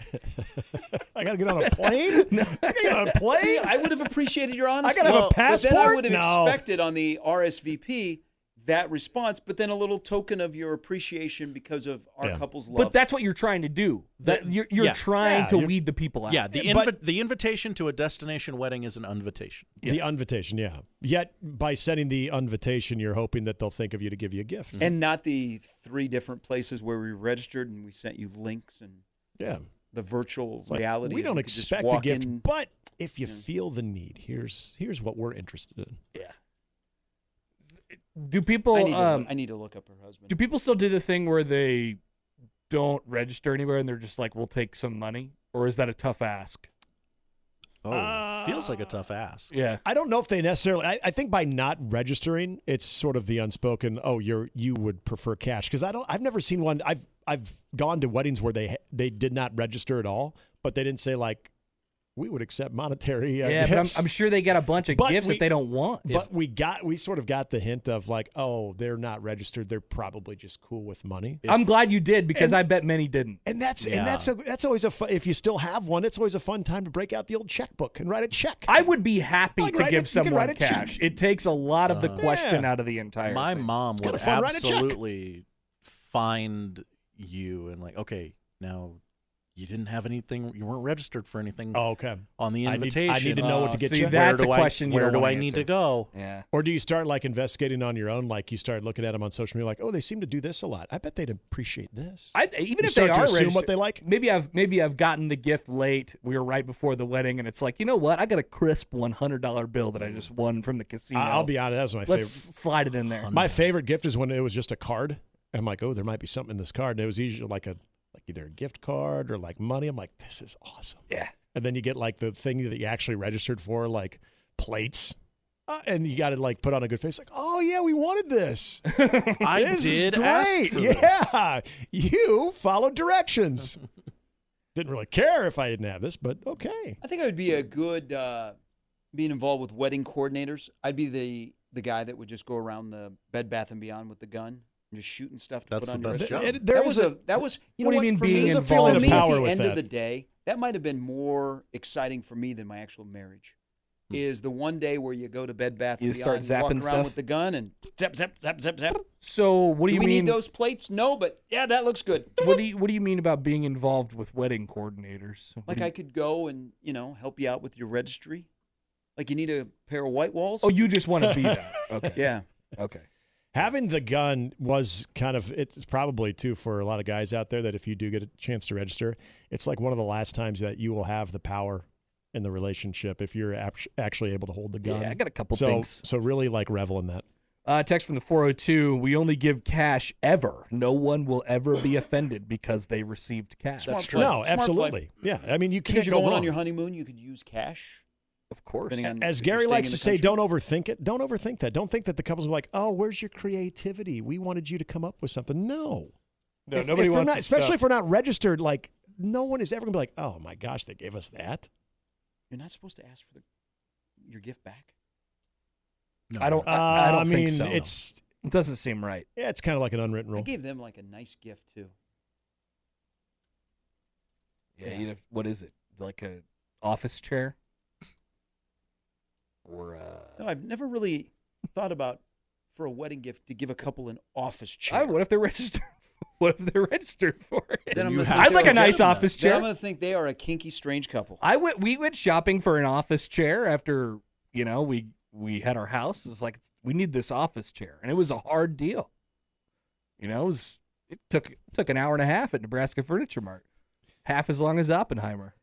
[SPEAKER 5] I gotta get on a plane. I gotta get on a
[SPEAKER 4] See,
[SPEAKER 5] plane.
[SPEAKER 4] I would have appreciated your honesty.
[SPEAKER 5] gotta have a
[SPEAKER 4] But then I
[SPEAKER 5] passport?
[SPEAKER 4] would have
[SPEAKER 5] No.
[SPEAKER 4] expected on the RSVP that response, but then a little token of your appreciation because of our
[SPEAKER 5] Yeah.
[SPEAKER 4] couple's love.
[SPEAKER 6] But that's what you're trying to do. That
[SPEAKER 7] That-
[SPEAKER 6] you're you're
[SPEAKER 7] yeah.
[SPEAKER 6] trying
[SPEAKER 5] Yeah,
[SPEAKER 6] to
[SPEAKER 5] you're-
[SPEAKER 6] weed the people out.
[SPEAKER 7] Yeah, the
[SPEAKER 5] But-
[SPEAKER 7] invi- the invitation to a destination wedding is an invitation.
[SPEAKER 5] The invitation, yeah. Yet by sending the invitation, you're hoping that they'll think of you to give you a gift.
[SPEAKER 4] and not the three different places where we registered and we sent you links and
[SPEAKER 5] yeah,
[SPEAKER 4] the virtual
[SPEAKER 5] Like,
[SPEAKER 4] reality.
[SPEAKER 5] We
[SPEAKER 4] of
[SPEAKER 5] don't
[SPEAKER 4] you could just
[SPEAKER 5] expect the
[SPEAKER 4] walk
[SPEAKER 5] gift,
[SPEAKER 4] in.
[SPEAKER 5] but if you feel the need, here's here's what we're interested in.
[SPEAKER 6] Do
[SPEAKER 4] I,
[SPEAKER 6] people
[SPEAKER 4] need
[SPEAKER 6] um
[SPEAKER 4] to, I need to look up her husband.
[SPEAKER 6] do people still do the thing where they don't register anywhere and they're just like we'll take some money or is that a tough ask?
[SPEAKER 7] Oh, feels like a tough ass.
[SPEAKER 6] Yeah.
[SPEAKER 5] I don't know if they necessarily. I, I think by not registering, it's sort of the unspoken. Oh, you're you would prefer cash because I don't. I've never seen one. I've I've gone to weddings where they they did not register at all, but they didn't say like we would accept monetary. Uh,
[SPEAKER 6] Yeah, but I'm,
[SPEAKER 5] gifts."
[SPEAKER 6] I'm sure they got a bunch of
[SPEAKER 5] But
[SPEAKER 6] gifts
[SPEAKER 5] we-
[SPEAKER 6] that they don't want. If-
[SPEAKER 5] But we got we sort of got the hint of like, oh, they're not registered. They're probably just cool with money.
[SPEAKER 6] I'm glad you did because I bet many didn't.
[SPEAKER 5] And that's
[SPEAKER 7] Yeah.
[SPEAKER 5] and that's a, that's always a fun, if you still have one, it's always a fun time to break out the old checkbook and write a check.
[SPEAKER 6] I would be happy
[SPEAKER 5] Like,
[SPEAKER 6] to
[SPEAKER 5] write
[SPEAKER 6] give
[SPEAKER 5] a- you can write
[SPEAKER 6] someone
[SPEAKER 5] a check.
[SPEAKER 6] cash. It takes a lot of the question
[SPEAKER 5] Yeah.
[SPEAKER 6] out of the entire.
[SPEAKER 7] My
[SPEAKER 6] thing.
[SPEAKER 7] mom
[SPEAKER 5] kinda
[SPEAKER 7] would
[SPEAKER 5] fun, write a check.
[SPEAKER 7] absolutely find you and like, okay, now you didn't have anything, you weren't registered for anything
[SPEAKER 5] oh, okay.
[SPEAKER 7] on the
[SPEAKER 5] I need-
[SPEAKER 7] invitation.
[SPEAKER 5] I need to know what to get
[SPEAKER 6] see,
[SPEAKER 5] you.
[SPEAKER 7] Where
[SPEAKER 6] that's
[SPEAKER 7] do
[SPEAKER 6] a
[SPEAKER 7] I-
[SPEAKER 6] question you
[SPEAKER 7] Where
[SPEAKER 6] don't
[SPEAKER 7] do I
[SPEAKER 6] wanna
[SPEAKER 7] need to
[SPEAKER 6] answer.
[SPEAKER 7] go?
[SPEAKER 6] Yeah.
[SPEAKER 5] Or do you start like investigating on your own? Like you start looking at them on social media, like, oh, they seem to do this a lot. I bet they'd appreciate this.
[SPEAKER 6] I, even
[SPEAKER 5] You
[SPEAKER 6] if they are
[SPEAKER 5] start to assume what
[SPEAKER 6] registered-
[SPEAKER 5] they like?
[SPEAKER 6] maybe I've maybe I've gotten the gift late. We were right before the wedding, and it's like you know what? I got a crisp one hundred dollar bill that I just won from the casino.
[SPEAKER 5] I- I'll be honest, that was my
[SPEAKER 6] Let's
[SPEAKER 5] favorite.
[SPEAKER 6] slide it in there.
[SPEAKER 5] My favorite gift is when it was just a card. I'm like, oh, there might be something in this card, and it was usually like a like either a gift card or like money. I'm like, this is awesome.
[SPEAKER 6] yeah.
[SPEAKER 5] and then you get like the thing that you actually registered for, like plates. Uh, and you got to like put on a good face, like, oh yeah, we wanted this.
[SPEAKER 7] I
[SPEAKER 5] this
[SPEAKER 7] did
[SPEAKER 5] is
[SPEAKER 7] ask
[SPEAKER 5] great.
[SPEAKER 7] for this.
[SPEAKER 5] yeah, you followed directions. Didn't really care if I didn't have this, but okay.
[SPEAKER 4] I think I would be a good uh, being involved with wedding coordinators. I'd be the the guy that would just go around the Bed Bath and Beyond with the gun and just shooting stuff to
[SPEAKER 7] That's
[SPEAKER 4] put
[SPEAKER 7] the
[SPEAKER 4] on your
[SPEAKER 7] best job.
[SPEAKER 5] It-
[SPEAKER 4] There
[SPEAKER 5] there
[SPEAKER 4] that was
[SPEAKER 5] was
[SPEAKER 4] a that was you
[SPEAKER 6] What
[SPEAKER 4] know
[SPEAKER 6] do you mean
[SPEAKER 4] for
[SPEAKER 6] being
[SPEAKER 4] me,
[SPEAKER 5] There's a feeling
[SPEAKER 4] for
[SPEAKER 5] of
[SPEAKER 4] me at
[SPEAKER 5] power
[SPEAKER 4] the
[SPEAKER 5] with
[SPEAKER 4] end of
[SPEAKER 5] that.
[SPEAKER 4] the day that might have been more exciting for me than my actual marriage is the one day where you go to Bed Bath
[SPEAKER 6] Hmm. You
[SPEAKER 4] and
[SPEAKER 6] start
[SPEAKER 4] Beyond, and walk
[SPEAKER 6] zapping
[SPEAKER 4] around
[SPEAKER 6] stuff?
[SPEAKER 4] with the gun and zap zap zap zap zap.
[SPEAKER 6] So what do you
[SPEAKER 4] we
[SPEAKER 6] mean?
[SPEAKER 4] need those plates? No, but yeah, that looks good.
[SPEAKER 6] what do you What do you mean about being involved with wedding coordinators? What
[SPEAKER 5] Mm-hmm.
[SPEAKER 4] Like
[SPEAKER 6] do
[SPEAKER 4] I
[SPEAKER 6] you,
[SPEAKER 4] could go and you know help you out with your registry. Like you need a pair of white walls.
[SPEAKER 6] oh, you just want to be that? Okay.
[SPEAKER 4] yeah.
[SPEAKER 6] Okay.
[SPEAKER 5] Having the gun was kind of, it's probably too for a lot of guys out there that if you do get a chance to register, it's like one of the last times that you will have the power in the relationship if you're act- actually able to hold the gun.
[SPEAKER 6] Yeah, I got a couple
[SPEAKER 5] so,
[SPEAKER 6] things.
[SPEAKER 5] So really like revel in that.
[SPEAKER 6] Uh, text from the 402. We only give cash ever. No one will ever be offended because they received cash.
[SPEAKER 4] Smart
[SPEAKER 7] true.
[SPEAKER 4] play.
[SPEAKER 5] no,
[SPEAKER 4] Smart play.
[SPEAKER 5] absolutely. Yeah. I mean, you
[SPEAKER 4] Because
[SPEAKER 5] can't
[SPEAKER 4] you're
[SPEAKER 5] go
[SPEAKER 4] going
[SPEAKER 5] wrong.
[SPEAKER 4] on your honeymoon, you could use cash.
[SPEAKER 6] Of course.
[SPEAKER 4] Depending on
[SPEAKER 5] As
[SPEAKER 4] if you're
[SPEAKER 5] Gary
[SPEAKER 4] staying
[SPEAKER 5] likes
[SPEAKER 4] in
[SPEAKER 5] to
[SPEAKER 4] the
[SPEAKER 5] say,
[SPEAKER 4] country.
[SPEAKER 5] don't overthink it. Don't overthink that. Don't think that the couples are like, oh, where's your creativity? We wanted you to come up with something. No.
[SPEAKER 6] No,
[SPEAKER 5] If-
[SPEAKER 6] nobody
[SPEAKER 5] if we're
[SPEAKER 6] wants
[SPEAKER 5] not-
[SPEAKER 6] the
[SPEAKER 5] especially
[SPEAKER 6] stuff.
[SPEAKER 5] if we're not registered, like, no one is ever going to be like, oh my gosh, they gave us that.
[SPEAKER 4] You're not supposed to ask for the, your gift back.
[SPEAKER 7] No,
[SPEAKER 6] I don't.
[SPEAKER 5] Uh,
[SPEAKER 6] I, I don't
[SPEAKER 5] mean,
[SPEAKER 6] think so.
[SPEAKER 5] it's
[SPEAKER 6] it doesn't seem right.
[SPEAKER 5] yeah, it's kind of like an unwritten
[SPEAKER 4] I
[SPEAKER 5] rule.
[SPEAKER 4] gave them like a nice gift too.
[SPEAKER 6] Yeah. You'd have, what is it? Like a office chair? Or uh,
[SPEAKER 4] No, I've never really thought about for a wedding gift to give a couple an office chair.
[SPEAKER 6] I, what if they're registered? What if they're registered for it?
[SPEAKER 4] Then I'm
[SPEAKER 7] You
[SPEAKER 4] gonna
[SPEAKER 7] have
[SPEAKER 4] think
[SPEAKER 6] I'd like
[SPEAKER 4] they're
[SPEAKER 6] a nice
[SPEAKER 4] legitimate.
[SPEAKER 6] office
[SPEAKER 4] Then
[SPEAKER 6] chair.
[SPEAKER 4] I'm gonna think they are a kinky, strange couple.
[SPEAKER 6] I went. We went shopping for an office chair after you know we we had our house. It was like we need this office chair, and it was a hard deal. You know, it, was, it took it took an hour and a half at Nebraska Furniture Mart, half as long as Oppenheimer.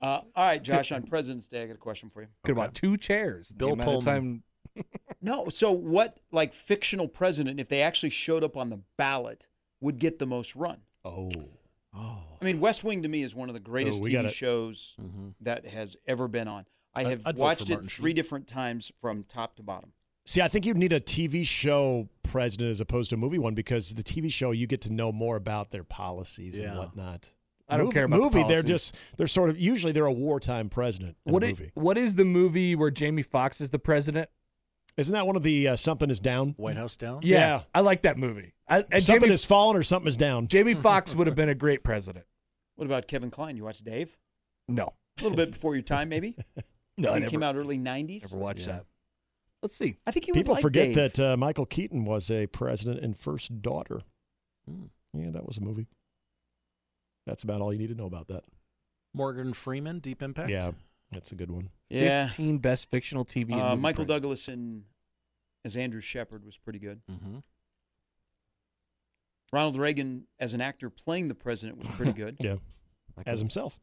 [SPEAKER 4] Uh, all right, Josh, on President's Day, I got a question for you.
[SPEAKER 6] Could have bought two chairs. the
[SPEAKER 7] Bill
[SPEAKER 6] amount of
[SPEAKER 7] Pullman.
[SPEAKER 6] time-
[SPEAKER 4] No, so what, like, fictional president, if they actually showed up on the ballot, would get the most run?
[SPEAKER 5] Oh,
[SPEAKER 7] Oh,
[SPEAKER 4] I mean, West Wing to me is one of the greatest
[SPEAKER 5] we
[SPEAKER 4] TV
[SPEAKER 5] gotta-
[SPEAKER 4] shows that has ever been on. I
[SPEAKER 7] I'd-
[SPEAKER 4] have
[SPEAKER 7] I'd vote for
[SPEAKER 4] watched it
[SPEAKER 7] Martin Sheen.
[SPEAKER 4] three different times from top to bottom.
[SPEAKER 5] see, I think you'd need a TV show president as opposed to a movie one because the TV show you get to know more about their policies
[SPEAKER 7] Yeah.
[SPEAKER 5] and whatnot.
[SPEAKER 6] I don't
[SPEAKER 5] Mov-
[SPEAKER 6] care about the
[SPEAKER 5] movie. they're
[SPEAKER 6] policies.
[SPEAKER 5] just they're sort of usually they're a wartime president. In
[SPEAKER 6] What
[SPEAKER 5] a
[SPEAKER 6] i-
[SPEAKER 5] movie
[SPEAKER 6] what is the movie where Jamie Foxx is the president?
[SPEAKER 5] isn't that one of the uh, something is down?
[SPEAKER 7] White House down.
[SPEAKER 6] Yeah,
[SPEAKER 5] Yeah.
[SPEAKER 6] I like that movie. I, and
[SPEAKER 5] something
[SPEAKER 6] Jamie,
[SPEAKER 5] is fallen or something is down.
[SPEAKER 6] Jamie Foxx would have been a great president.
[SPEAKER 4] What about Kevin Klein? You watch Dave?
[SPEAKER 6] No,
[SPEAKER 4] A little bit before your time, maybe?
[SPEAKER 6] no, I
[SPEAKER 4] it
[SPEAKER 6] never,
[SPEAKER 4] came out early 90s.
[SPEAKER 6] never watched
[SPEAKER 7] Yeah.
[SPEAKER 6] that. Let's see.
[SPEAKER 4] I think you would
[SPEAKER 5] People
[SPEAKER 4] like
[SPEAKER 5] forget
[SPEAKER 4] Dave.
[SPEAKER 5] that uh, Michael Keaton was a president and first daughter.
[SPEAKER 7] Hmm.
[SPEAKER 5] Yeah, that was a movie. That's about all you need to know about that.
[SPEAKER 7] Morgan Freeman, Deep Impact.
[SPEAKER 5] Yeah, that's a good one.
[SPEAKER 4] yeah.
[SPEAKER 6] 15 best fictional TV. and
[SPEAKER 4] Uh,
[SPEAKER 6] movie
[SPEAKER 4] Michael
[SPEAKER 6] projects.
[SPEAKER 4] Douglas and as Andrew Shepard was pretty good.
[SPEAKER 7] Mm-hmm.
[SPEAKER 4] Ronald Reagan as an actor playing the president was pretty good.
[SPEAKER 5] Yeah, as himself.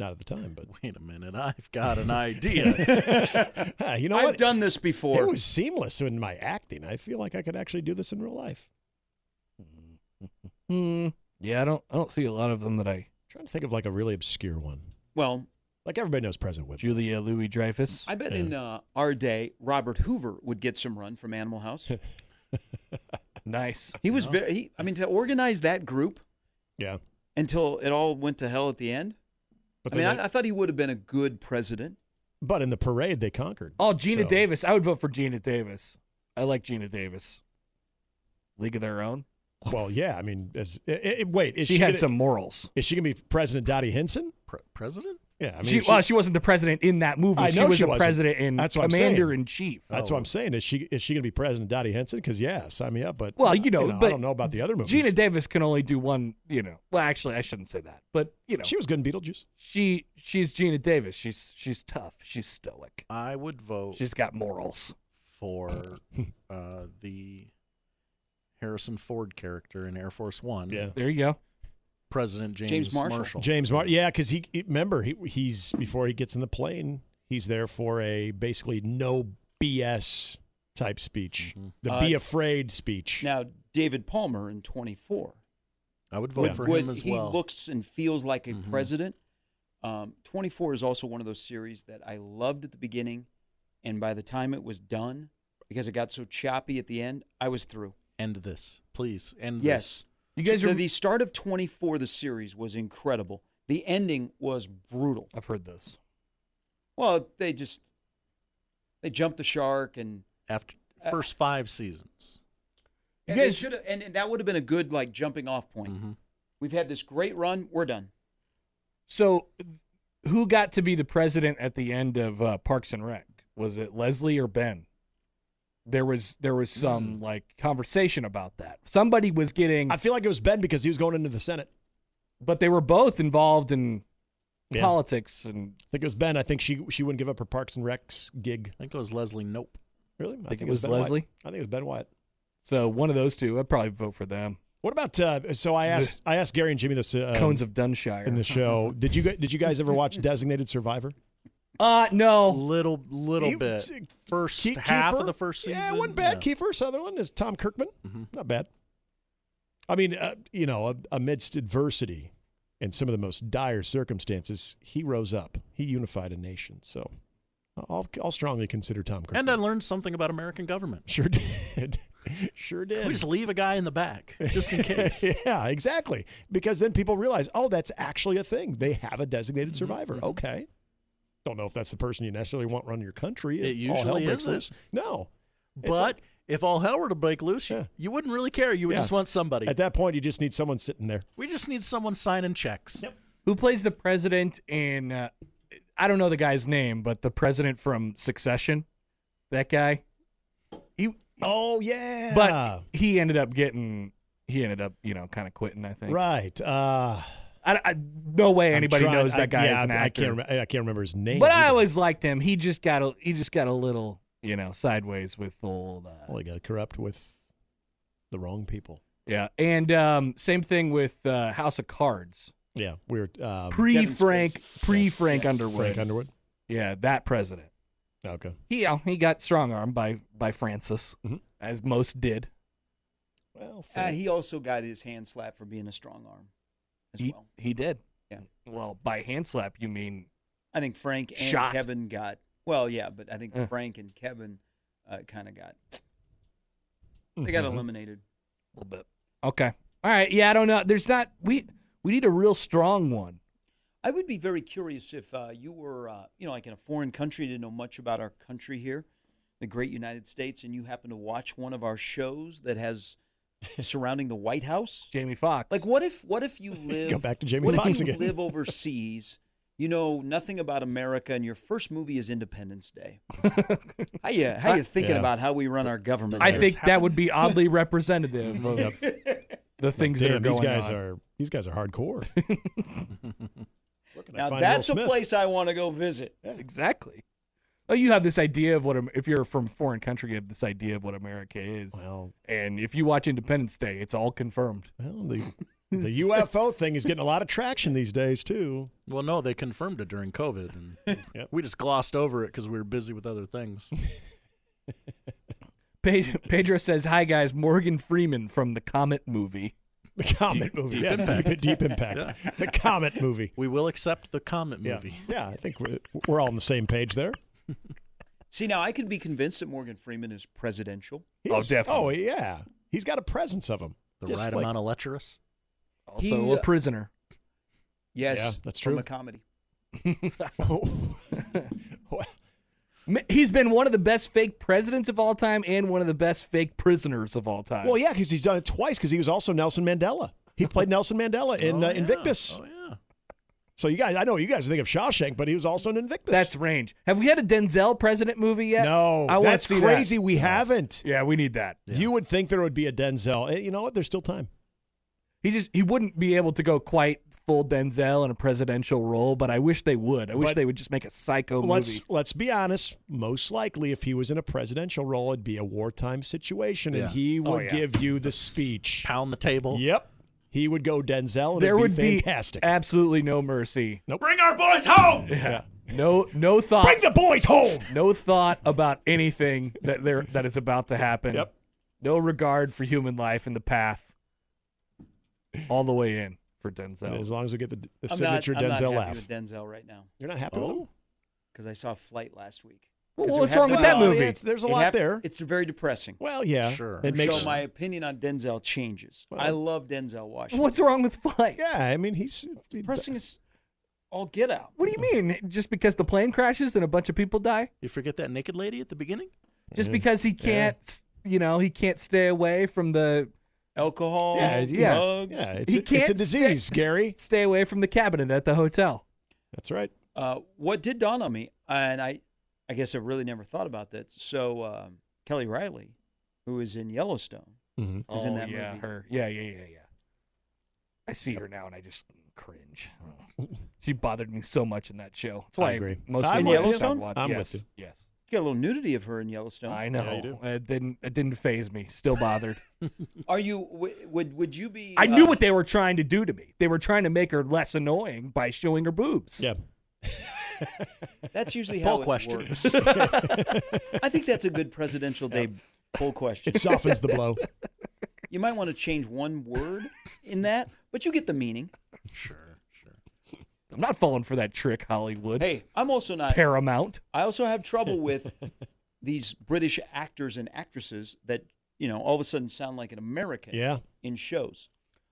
[SPEAKER 5] Not at the time, but
[SPEAKER 7] Wait a minute, I've got an idea.
[SPEAKER 5] Ah, you know
[SPEAKER 4] I've
[SPEAKER 5] what?
[SPEAKER 4] done this before.
[SPEAKER 5] It was seamless in my acting. I feel like I could actually do this in real life.
[SPEAKER 6] Hmm. Yeah, I don't. I don't see a lot of them that I.
[SPEAKER 5] I'm trying to think of like a really obscure one.
[SPEAKER 4] well,
[SPEAKER 5] Like everybody knows President Whitman.
[SPEAKER 6] Julia Louis Dreyfus.
[SPEAKER 4] I bet
[SPEAKER 5] Yeah.
[SPEAKER 4] in uh, our day, Robert Hoover would get some run from Animal House.
[SPEAKER 6] Nice.
[SPEAKER 4] He was very. He, I mean, to organize that group
[SPEAKER 5] Yeah,
[SPEAKER 4] until it all went to hell at the end.
[SPEAKER 5] but
[SPEAKER 4] I mean,
[SPEAKER 5] then they-
[SPEAKER 4] I, I thought he would have been a good president.
[SPEAKER 5] but in the parade they conquered.
[SPEAKER 6] Oh, Gina
[SPEAKER 5] So-
[SPEAKER 6] Davis. I would vote for Gina Davis. I like Gina Davis. League of Their Own.
[SPEAKER 5] Well, yeah. I mean, as, i i wait, is
[SPEAKER 6] She,
[SPEAKER 5] she,
[SPEAKER 6] had
[SPEAKER 5] gonna-
[SPEAKER 6] some morals.
[SPEAKER 5] Is she gonna be President Dottie Henson?
[SPEAKER 7] Pre- president?
[SPEAKER 5] Yeah, I mean,
[SPEAKER 6] she,
[SPEAKER 5] if
[SPEAKER 6] well, she wasn't the president in that movie.
[SPEAKER 5] I know
[SPEAKER 6] was
[SPEAKER 5] she
[SPEAKER 6] the
[SPEAKER 5] wasn't.
[SPEAKER 6] president in
[SPEAKER 5] That's what I'm saying.
[SPEAKER 6] Commander in Chief.
[SPEAKER 5] That's what I'm saying. Is she is she going to be President Dottie Henson? Because yeah, sign me up. But
[SPEAKER 6] Well, you know, but
[SPEAKER 5] I don't know about the other movies.
[SPEAKER 6] Gina Davis can only do one. You know. Well, actually, I shouldn't say that. But you know,
[SPEAKER 5] she was good in Beetlejuice.
[SPEAKER 6] Oh, she she's Gina Davis. She's she's tough. She's stoic.
[SPEAKER 7] I would
[SPEAKER 5] Oh.
[SPEAKER 7] vote
[SPEAKER 6] She's got morals.
[SPEAKER 7] for uh, the Harrison Ford character in Air Force One.
[SPEAKER 5] Yeah.
[SPEAKER 6] There you go.
[SPEAKER 7] President James,
[SPEAKER 4] James Marshall.
[SPEAKER 5] James Martin. Yeah, because he he- remember he he's before he gets in the plane, he's there for a basically no BS type speech, the
[SPEAKER 4] Uh,
[SPEAKER 5] be afraid speech.
[SPEAKER 4] Now, David Palmer in 24
[SPEAKER 7] I would vote
[SPEAKER 4] Would-
[SPEAKER 7] for
[SPEAKER 4] would-
[SPEAKER 7] him as
[SPEAKER 4] he
[SPEAKER 7] well. Mm-hmm.
[SPEAKER 4] looks and feels like a president. Um, 24 is also one of those series that I loved at the beginning, and by the time it was done, because it got so choppy at the end, I was through.
[SPEAKER 7] end this, please. End
[SPEAKER 4] Yes.
[SPEAKER 7] this.
[SPEAKER 6] You guys
[SPEAKER 4] So
[SPEAKER 6] are.
[SPEAKER 4] the start of 24, the series was incredible. The ending was brutal.
[SPEAKER 6] I've heard this.
[SPEAKER 4] Well, they just they jumped the shark, and
[SPEAKER 7] after
[SPEAKER 4] Uh,
[SPEAKER 7] first five seasons.
[SPEAKER 6] You
[SPEAKER 4] and they
[SPEAKER 6] guys- Mm-hmm.
[SPEAKER 4] should have, and, and that would have been a good like jumping off point.
[SPEAKER 7] Mhm.
[SPEAKER 4] We've had this great run. We're done.
[SPEAKER 6] So, who got to be the president at the end of uh, Parks and Rec? Was it Leslie or Ben? There was there was some like conversation about that. Somebody was getting,
[SPEAKER 5] I feel like it was Ben because he was going into the Senate.
[SPEAKER 6] but they were both involved in
[SPEAKER 5] Yeah.
[SPEAKER 6] politics and
[SPEAKER 5] I think it was Ben. I think she she wouldn't give up her Parks and Recs gig.
[SPEAKER 7] I think it was Leslie. Nope.
[SPEAKER 5] Really? I
[SPEAKER 6] Think it was
[SPEAKER 5] Ben Wyatt.
[SPEAKER 6] Leslie?
[SPEAKER 5] I think it was Ben Wyatt.
[SPEAKER 6] so one of those two. I'd probably vote for them.
[SPEAKER 5] What about? Uh, so I asked I asked Gary and Jimmy this uh,
[SPEAKER 6] Cones of Dunshire.
[SPEAKER 5] in the show. Did you gu- did you guys ever watch Designated Survivor?
[SPEAKER 6] uh
[SPEAKER 4] Oh.
[SPEAKER 6] no,
[SPEAKER 7] Little little
[SPEAKER 5] He- uh,
[SPEAKER 7] bit.
[SPEAKER 5] Ke-
[SPEAKER 7] First
[SPEAKER 5] Ke-
[SPEAKER 7] half
[SPEAKER 5] Kiefer?
[SPEAKER 7] of the first season.
[SPEAKER 5] Yeah, it wasn't bad.
[SPEAKER 7] yeah. Mm-hmm.
[SPEAKER 5] Kiefer Sutherland is Tom Kirkman. Not bad. I mean, uh, you know, a- amidst adversity and some of the most dire circumstances, he rose up. He unified a nation. So I'll, I'll strongly consider Tom Kirkman.
[SPEAKER 7] And I learned something about American government.
[SPEAKER 5] sure did. sure did.
[SPEAKER 7] We just leave a guy in the back just in case.
[SPEAKER 5] yeah, exactly. Because then people realize, oh, that's actually a thing. They have a
[SPEAKER 7] Mm-hmm.
[SPEAKER 5] designated survivor. Okay. Don't know if that's the person you necessarily want running your country.
[SPEAKER 7] It
[SPEAKER 5] if all hell
[SPEAKER 7] usually
[SPEAKER 5] breaks
[SPEAKER 7] isn't.
[SPEAKER 5] loose. No. It's
[SPEAKER 7] But if all hell were to break loose,
[SPEAKER 5] Yeah.
[SPEAKER 7] you, you wouldn't really care. You would
[SPEAKER 5] Yeah.
[SPEAKER 7] just want somebody.
[SPEAKER 5] At that point, you just need someone sitting there.
[SPEAKER 7] we just need someone signing checks.
[SPEAKER 6] who plays the president in? Uh, I don't know the guy's name, but the president from Succession, that guy. He
[SPEAKER 5] Oh yeah,
[SPEAKER 6] but he ended up getting he ended up you know kind of quitting i think
[SPEAKER 5] right. Uh,
[SPEAKER 6] I, I- no way
[SPEAKER 5] I'm
[SPEAKER 6] anybody
[SPEAKER 5] trying-
[SPEAKER 6] knows that guy
[SPEAKER 5] I, yeah,
[SPEAKER 6] is an
[SPEAKER 5] I- I
[SPEAKER 6] actor
[SPEAKER 5] can't. Rem- I can't remember his name.
[SPEAKER 6] but i
[SPEAKER 5] either.
[SPEAKER 6] always liked him he just got a he just got a little you know sideways with old uh,
[SPEAKER 5] Well, he got corrupt with the wrong people.
[SPEAKER 6] yeah and um same thing with uh, house of cards
[SPEAKER 5] Yeah, we were uh,
[SPEAKER 6] pre frank pre frank underwood
[SPEAKER 5] Frank Underwood.
[SPEAKER 6] yeah that president
[SPEAKER 5] Okay,
[SPEAKER 6] he you know, he got strong armed by by francis
[SPEAKER 5] Mhm.
[SPEAKER 6] as most did
[SPEAKER 5] well,
[SPEAKER 4] Uh,
[SPEAKER 5] Frank-
[SPEAKER 4] he also got his hand slapped for being a strong arm, as
[SPEAKER 6] he,
[SPEAKER 4] well.
[SPEAKER 6] he did
[SPEAKER 4] Yeah.
[SPEAKER 6] well by hand slap you mean
[SPEAKER 4] I think Frank and
[SPEAKER 6] Shot.
[SPEAKER 4] Kevin got well, yeah, but I think
[SPEAKER 6] Uh.
[SPEAKER 4] Frank and Kevin uh, kind of got
[SPEAKER 6] Mm-hmm.
[SPEAKER 4] they got
[SPEAKER 5] Mhm.
[SPEAKER 4] eliminated.
[SPEAKER 6] A little bit. Okay. All right. Yeah, I don't know. There's not we we need a real strong one.
[SPEAKER 4] I would be very curious if uh, you were, uh, you know, like in a foreign country, didn't know much about our country here, the great United States, and you happen to watch one of our shows that has surrounding the White House.
[SPEAKER 6] Jamie Foxx.
[SPEAKER 4] Like, what if, what if you live?
[SPEAKER 5] back to Jamie
[SPEAKER 4] What
[SPEAKER 5] Foxx
[SPEAKER 4] if you
[SPEAKER 5] again.
[SPEAKER 4] live overseas? You know nothing about America, and your first movie is Independence Day. how you how you thinking
[SPEAKER 5] Yeah.
[SPEAKER 4] about how we run our government?
[SPEAKER 6] I
[SPEAKER 4] there?
[SPEAKER 6] think that would be oddly representative of the things
[SPEAKER 5] Damn,
[SPEAKER 6] that are going
[SPEAKER 5] these guys
[SPEAKER 6] on.
[SPEAKER 5] are these guys are hardcore. Where can I
[SPEAKER 4] now
[SPEAKER 5] find
[SPEAKER 4] that's
[SPEAKER 5] Will
[SPEAKER 4] a
[SPEAKER 5] Smith?
[SPEAKER 4] place I want to go visit.
[SPEAKER 6] Exactly. Oh, you have this idea of what Am- if you're from a foreign country, you have this idea of what America is.
[SPEAKER 5] Well,
[SPEAKER 6] and if you watch Independence Day, it's all confirmed.
[SPEAKER 5] well, the the UFO thing is getting a lot of traction these days too.
[SPEAKER 7] Well, no, they confirmed it during COVID, and we just glossed over it because we were busy with other things.
[SPEAKER 6] Pedro, Pedro says, "Hi guys, Morgan Freeman from the Comet movie."
[SPEAKER 5] The Comet movie,
[SPEAKER 7] Deep
[SPEAKER 5] yeah,
[SPEAKER 7] Impact.
[SPEAKER 5] Deep, Deep Impact, the Comet movie.
[SPEAKER 7] We will accept the Comet
[SPEAKER 5] Yeah.
[SPEAKER 7] movie.
[SPEAKER 5] Yeah, I think we're, we're all on the same page there.
[SPEAKER 4] See, now I could be convinced that Morgan Freeman is presidential.
[SPEAKER 6] Oh,
[SPEAKER 5] He's-
[SPEAKER 6] definitely.
[SPEAKER 5] Oh, yeah. He's got a presence of him.
[SPEAKER 7] The
[SPEAKER 5] Just
[SPEAKER 7] right
[SPEAKER 5] like-
[SPEAKER 7] amount of lecherous.
[SPEAKER 6] Also,
[SPEAKER 4] He,
[SPEAKER 6] a
[SPEAKER 4] uh,
[SPEAKER 6] prisoner.
[SPEAKER 4] Yes,
[SPEAKER 5] Yeah, that's
[SPEAKER 4] from
[SPEAKER 5] true.
[SPEAKER 4] a comedy.
[SPEAKER 5] Well,
[SPEAKER 6] Ma- He's been one of the best fake presidents of all time and one of the best fake prisoners of all time.
[SPEAKER 5] well, yeah, because he's done it twice because he was also Nelson Mandela. He played Nelson Mandela in
[SPEAKER 7] Oh,
[SPEAKER 5] uh,
[SPEAKER 7] yeah.
[SPEAKER 5] Invictus.
[SPEAKER 7] Oh yeah.
[SPEAKER 5] So you guys, I know you guys think of Shawshank, but he was also in Invictus.
[SPEAKER 6] That's range. Have we had a Denzel president movie yet?
[SPEAKER 5] no,
[SPEAKER 6] I wanna
[SPEAKER 5] that's
[SPEAKER 6] see that.
[SPEAKER 5] crazy. We haven't.
[SPEAKER 6] Yeah, we need that.
[SPEAKER 5] You would think there would be a Denzel. Eh, You know what? There's still time.
[SPEAKER 6] He just he wouldn't be able to go quite full Denzel in a presidential role, but I wish they would. I wish
[SPEAKER 5] But-
[SPEAKER 6] they would just make a psycho
[SPEAKER 5] let's
[SPEAKER 6] movie.
[SPEAKER 5] let's be honest. Most likely, if he was in a presidential role, it'd be a wartime situation,
[SPEAKER 7] Yeah.
[SPEAKER 5] and he
[SPEAKER 6] Oh,
[SPEAKER 5] would
[SPEAKER 6] yeah.
[SPEAKER 5] give you the speech.
[SPEAKER 7] Pound the table.
[SPEAKER 5] Yep, he would go Denzel. And
[SPEAKER 6] There
[SPEAKER 5] it'd
[SPEAKER 6] would
[SPEAKER 5] be
[SPEAKER 6] be
[SPEAKER 5] fantastic.
[SPEAKER 6] absolutely no mercy.
[SPEAKER 7] Bring our boys home.
[SPEAKER 6] Yeah. No no thought
[SPEAKER 5] Bring the boys home.
[SPEAKER 6] no thought about anything that there that is about to happen.
[SPEAKER 5] Yep.
[SPEAKER 6] No regard for human life in the path. all the way in for Denzel.
[SPEAKER 5] As long as we get the, the
[SPEAKER 4] I'm
[SPEAKER 5] signature
[SPEAKER 4] not, I'm not
[SPEAKER 5] Denzel
[SPEAKER 4] happy
[SPEAKER 5] laugh.
[SPEAKER 4] with Denzel right now
[SPEAKER 5] You're not happy with
[SPEAKER 7] Oh,
[SPEAKER 5] him?
[SPEAKER 4] because I saw Flight last week.
[SPEAKER 6] Well,
[SPEAKER 4] 'Cause it
[SPEAKER 6] what's
[SPEAKER 4] hap-
[SPEAKER 6] wrong with that
[SPEAKER 5] Well,
[SPEAKER 6] movie?
[SPEAKER 5] yeah, it's- there's a
[SPEAKER 4] it
[SPEAKER 5] lot
[SPEAKER 4] hap-
[SPEAKER 5] there.
[SPEAKER 4] It's very depressing.
[SPEAKER 5] Well, yeah.
[SPEAKER 7] Sure.
[SPEAKER 5] It makes
[SPEAKER 4] so my opinion on Denzel changes. I love Denzel Washington.
[SPEAKER 6] What's wrong with Flight?
[SPEAKER 5] Yeah, I mean, he's he-
[SPEAKER 4] depressing is all get out.
[SPEAKER 6] What do you mean? Just because the plane crashes and a bunch of people die?
[SPEAKER 7] you forget that naked lady at the beginning?
[SPEAKER 5] Mm-hmm.
[SPEAKER 6] Just because he can't, s you know, he can't stay away from the
[SPEAKER 4] Alcohol,
[SPEAKER 5] Yeah, it's- yeah.
[SPEAKER 4] drugs.
[SPEAKER 5] yeah, it's,
[SPEAKER 6] he
[SPEAKER 5] a,
[SPEAKER 6] can't
[SPEAKER 5] it's a
[SPEAKER 6] stay- s-
[SPEAKER 5] disease, Gary.
[SPEAKER 6] Stay away from the cabinet at the hotel.
[SPEAKER 5] That's right.
[SPEAKER 4] Uh, what did dawn on me, and I, I guess I really never thought about that. So um, Kelly Riley, who is in Yellowstone,
[SPEAKER 5] Mm-hmm.
[SPEAKER 4] is in that
[SPEAKER 6] yeah,
[SPEAKER 4] movie.
[SPEAKER 6] her. Yeah, yeah, yeah, yeah. I see her now and I just cringe. She bothered me so much in that show. That's why
[SPEAKER 5] I agree.
[SPEAKER 6] mostly
[SPEAKER 5] I'm
[SPEAKER 6] watched
[SPEAKER 4] with you.
[SPEAKER 6] on one.
[SPEAKER 5] I'm with
[SPEAKER 6] yes,
[SPEAKER 5] you.
[SPEAKER 6] Yes.
[SPEAKER 4] You got a little nudity of her in Yellowstone.
[SPEAKER 6] I know. Uh, it didn't it didn't phase me. Still bothered.
[SPEAKER 4] Are you w- would would you be?
[SPEAKER 6] I knew
[SPEAKER 4] uh,
[SPEAKER 6] what they were trying to do to me. They were trying to make her less annoying by showing her boobs.
[SPEAKER 5] Yeah.
[SPEAKER 4] That's usually how
[SPEAKER 7] Poll
[SPEAKER 4] it
[SPEAKER 7] question.
[SPEAKER 4] works. I think that's a good presidential day poll question.
[SPEAKER 5] It softens the blow.
[SPEAKER 4] You might want to change one word in that, but you get the meaning.
[SPEAKER 7] Sure, sure.
[SPEAKER 6] I'm not falling for that trick, Hollywood.
[SPEAKER 4] Hey, I'm also not.
[SPEAKER 6] Paramount.
[SPEAKER 4] I also have trouble with these British actors and actresses that you know all of a sudden sound like an American
[SPEAKER 5] Yeah.
[SPEAKER 4] in shows.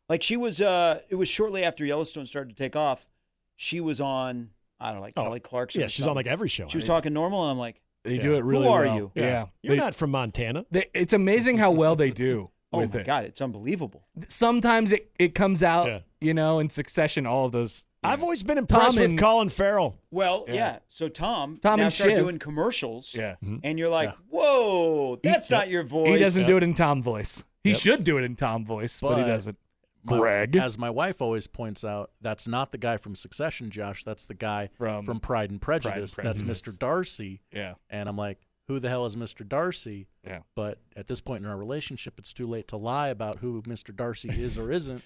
[SPEAKER 4] Like she was, uh, it was shortly after Yellowstone started to take off. She was on, I don't know, like
[SPEAKER 5] Oh,
[SPEAKER 4] Kelly Clarkson.
[SPEAKER 5] Yeah,
[SPEAKER 4] or
[SPEAKER 5] she's on
[SPEAKER 4] something.
[SPEAKER 5] like every show.
[SPEAKER 4] She was talking normal, and I'm like,
[SPEAKER 6] They
[SPEAKER 5] Yeah.
[SPEAKER 6] do it really
[SPEAKER 4] Who are
[SPEAKER 6] well.
[SPEAKER 4] you?
[SPEAKER 6] Yeah.
[SPEAKER 5] You're
[SPEAKER 6] They-
[SPEAKER 5] not from Montana.
[SPEAKER 6] they- it's amazing how well they do.
[SPEAKER 4] oh
[SPEAKER 6] with
[SPEAKER 4] my
[SPEAKER 6] it.
[SPEAKER 4] god, it's unbelievable.
[SPEAKER 6] Sometimes it, it comes out,
[SPEAKER 5] Yeah.
[SPEAKER 6] you know, in succession, all of those.
[SPEAKER 5] I've always been impressed with
[SPEAKER 6] and-
[SPEAKER 5] Colin Farrell.
[SPEAKER 4] Well, yeah.
[SPEAKER 6] Yeah.
[SPEAKER 4] So Tom,
[SPEAKER 6] Tom
[SPEAKER 4] now
[SPEAKER 6] and
[SPEAKER 4] started
[SPEAKER 6] Shiv.
[SPEAKER 4] doing commercials.
[SPEAKER 6] Yeah.
[SPEAKER 5] Mm-hmm.
[SPEAKER 4] And you're like, whoa,
[SPEAKER 6] He-
[SPEAKER 4] that's not your voice.
[SPEAKER 6] He doesn't do it in Tom voice. He should do it in Tom voice, but, he
[SPEAKER 7] But-
[SPEAKER 6] doesn't.
[SPEAKER 7] My-
[SPEAKER 6] Greg.
[SPEAKER 7] as my wife always points out, that's not the guy from Succession, Josh. That's the guy
[SPEAKER 6] From-
[SPEAKER 7] Pride and Prejudice. That's
[SPEAKER 6] Prejudice.
[SPEAKER 7] Mr. Darcy.
[SPEAKER 6] Yeah.
[SPEAKER 7] And I'm like, who the hell is Mr. Darcy?
[SPEAKER 6] Yeah.
[SPEAKER 7] But at this point in our relationship, it's too late to lie about who Mr. Darcy is or isn't.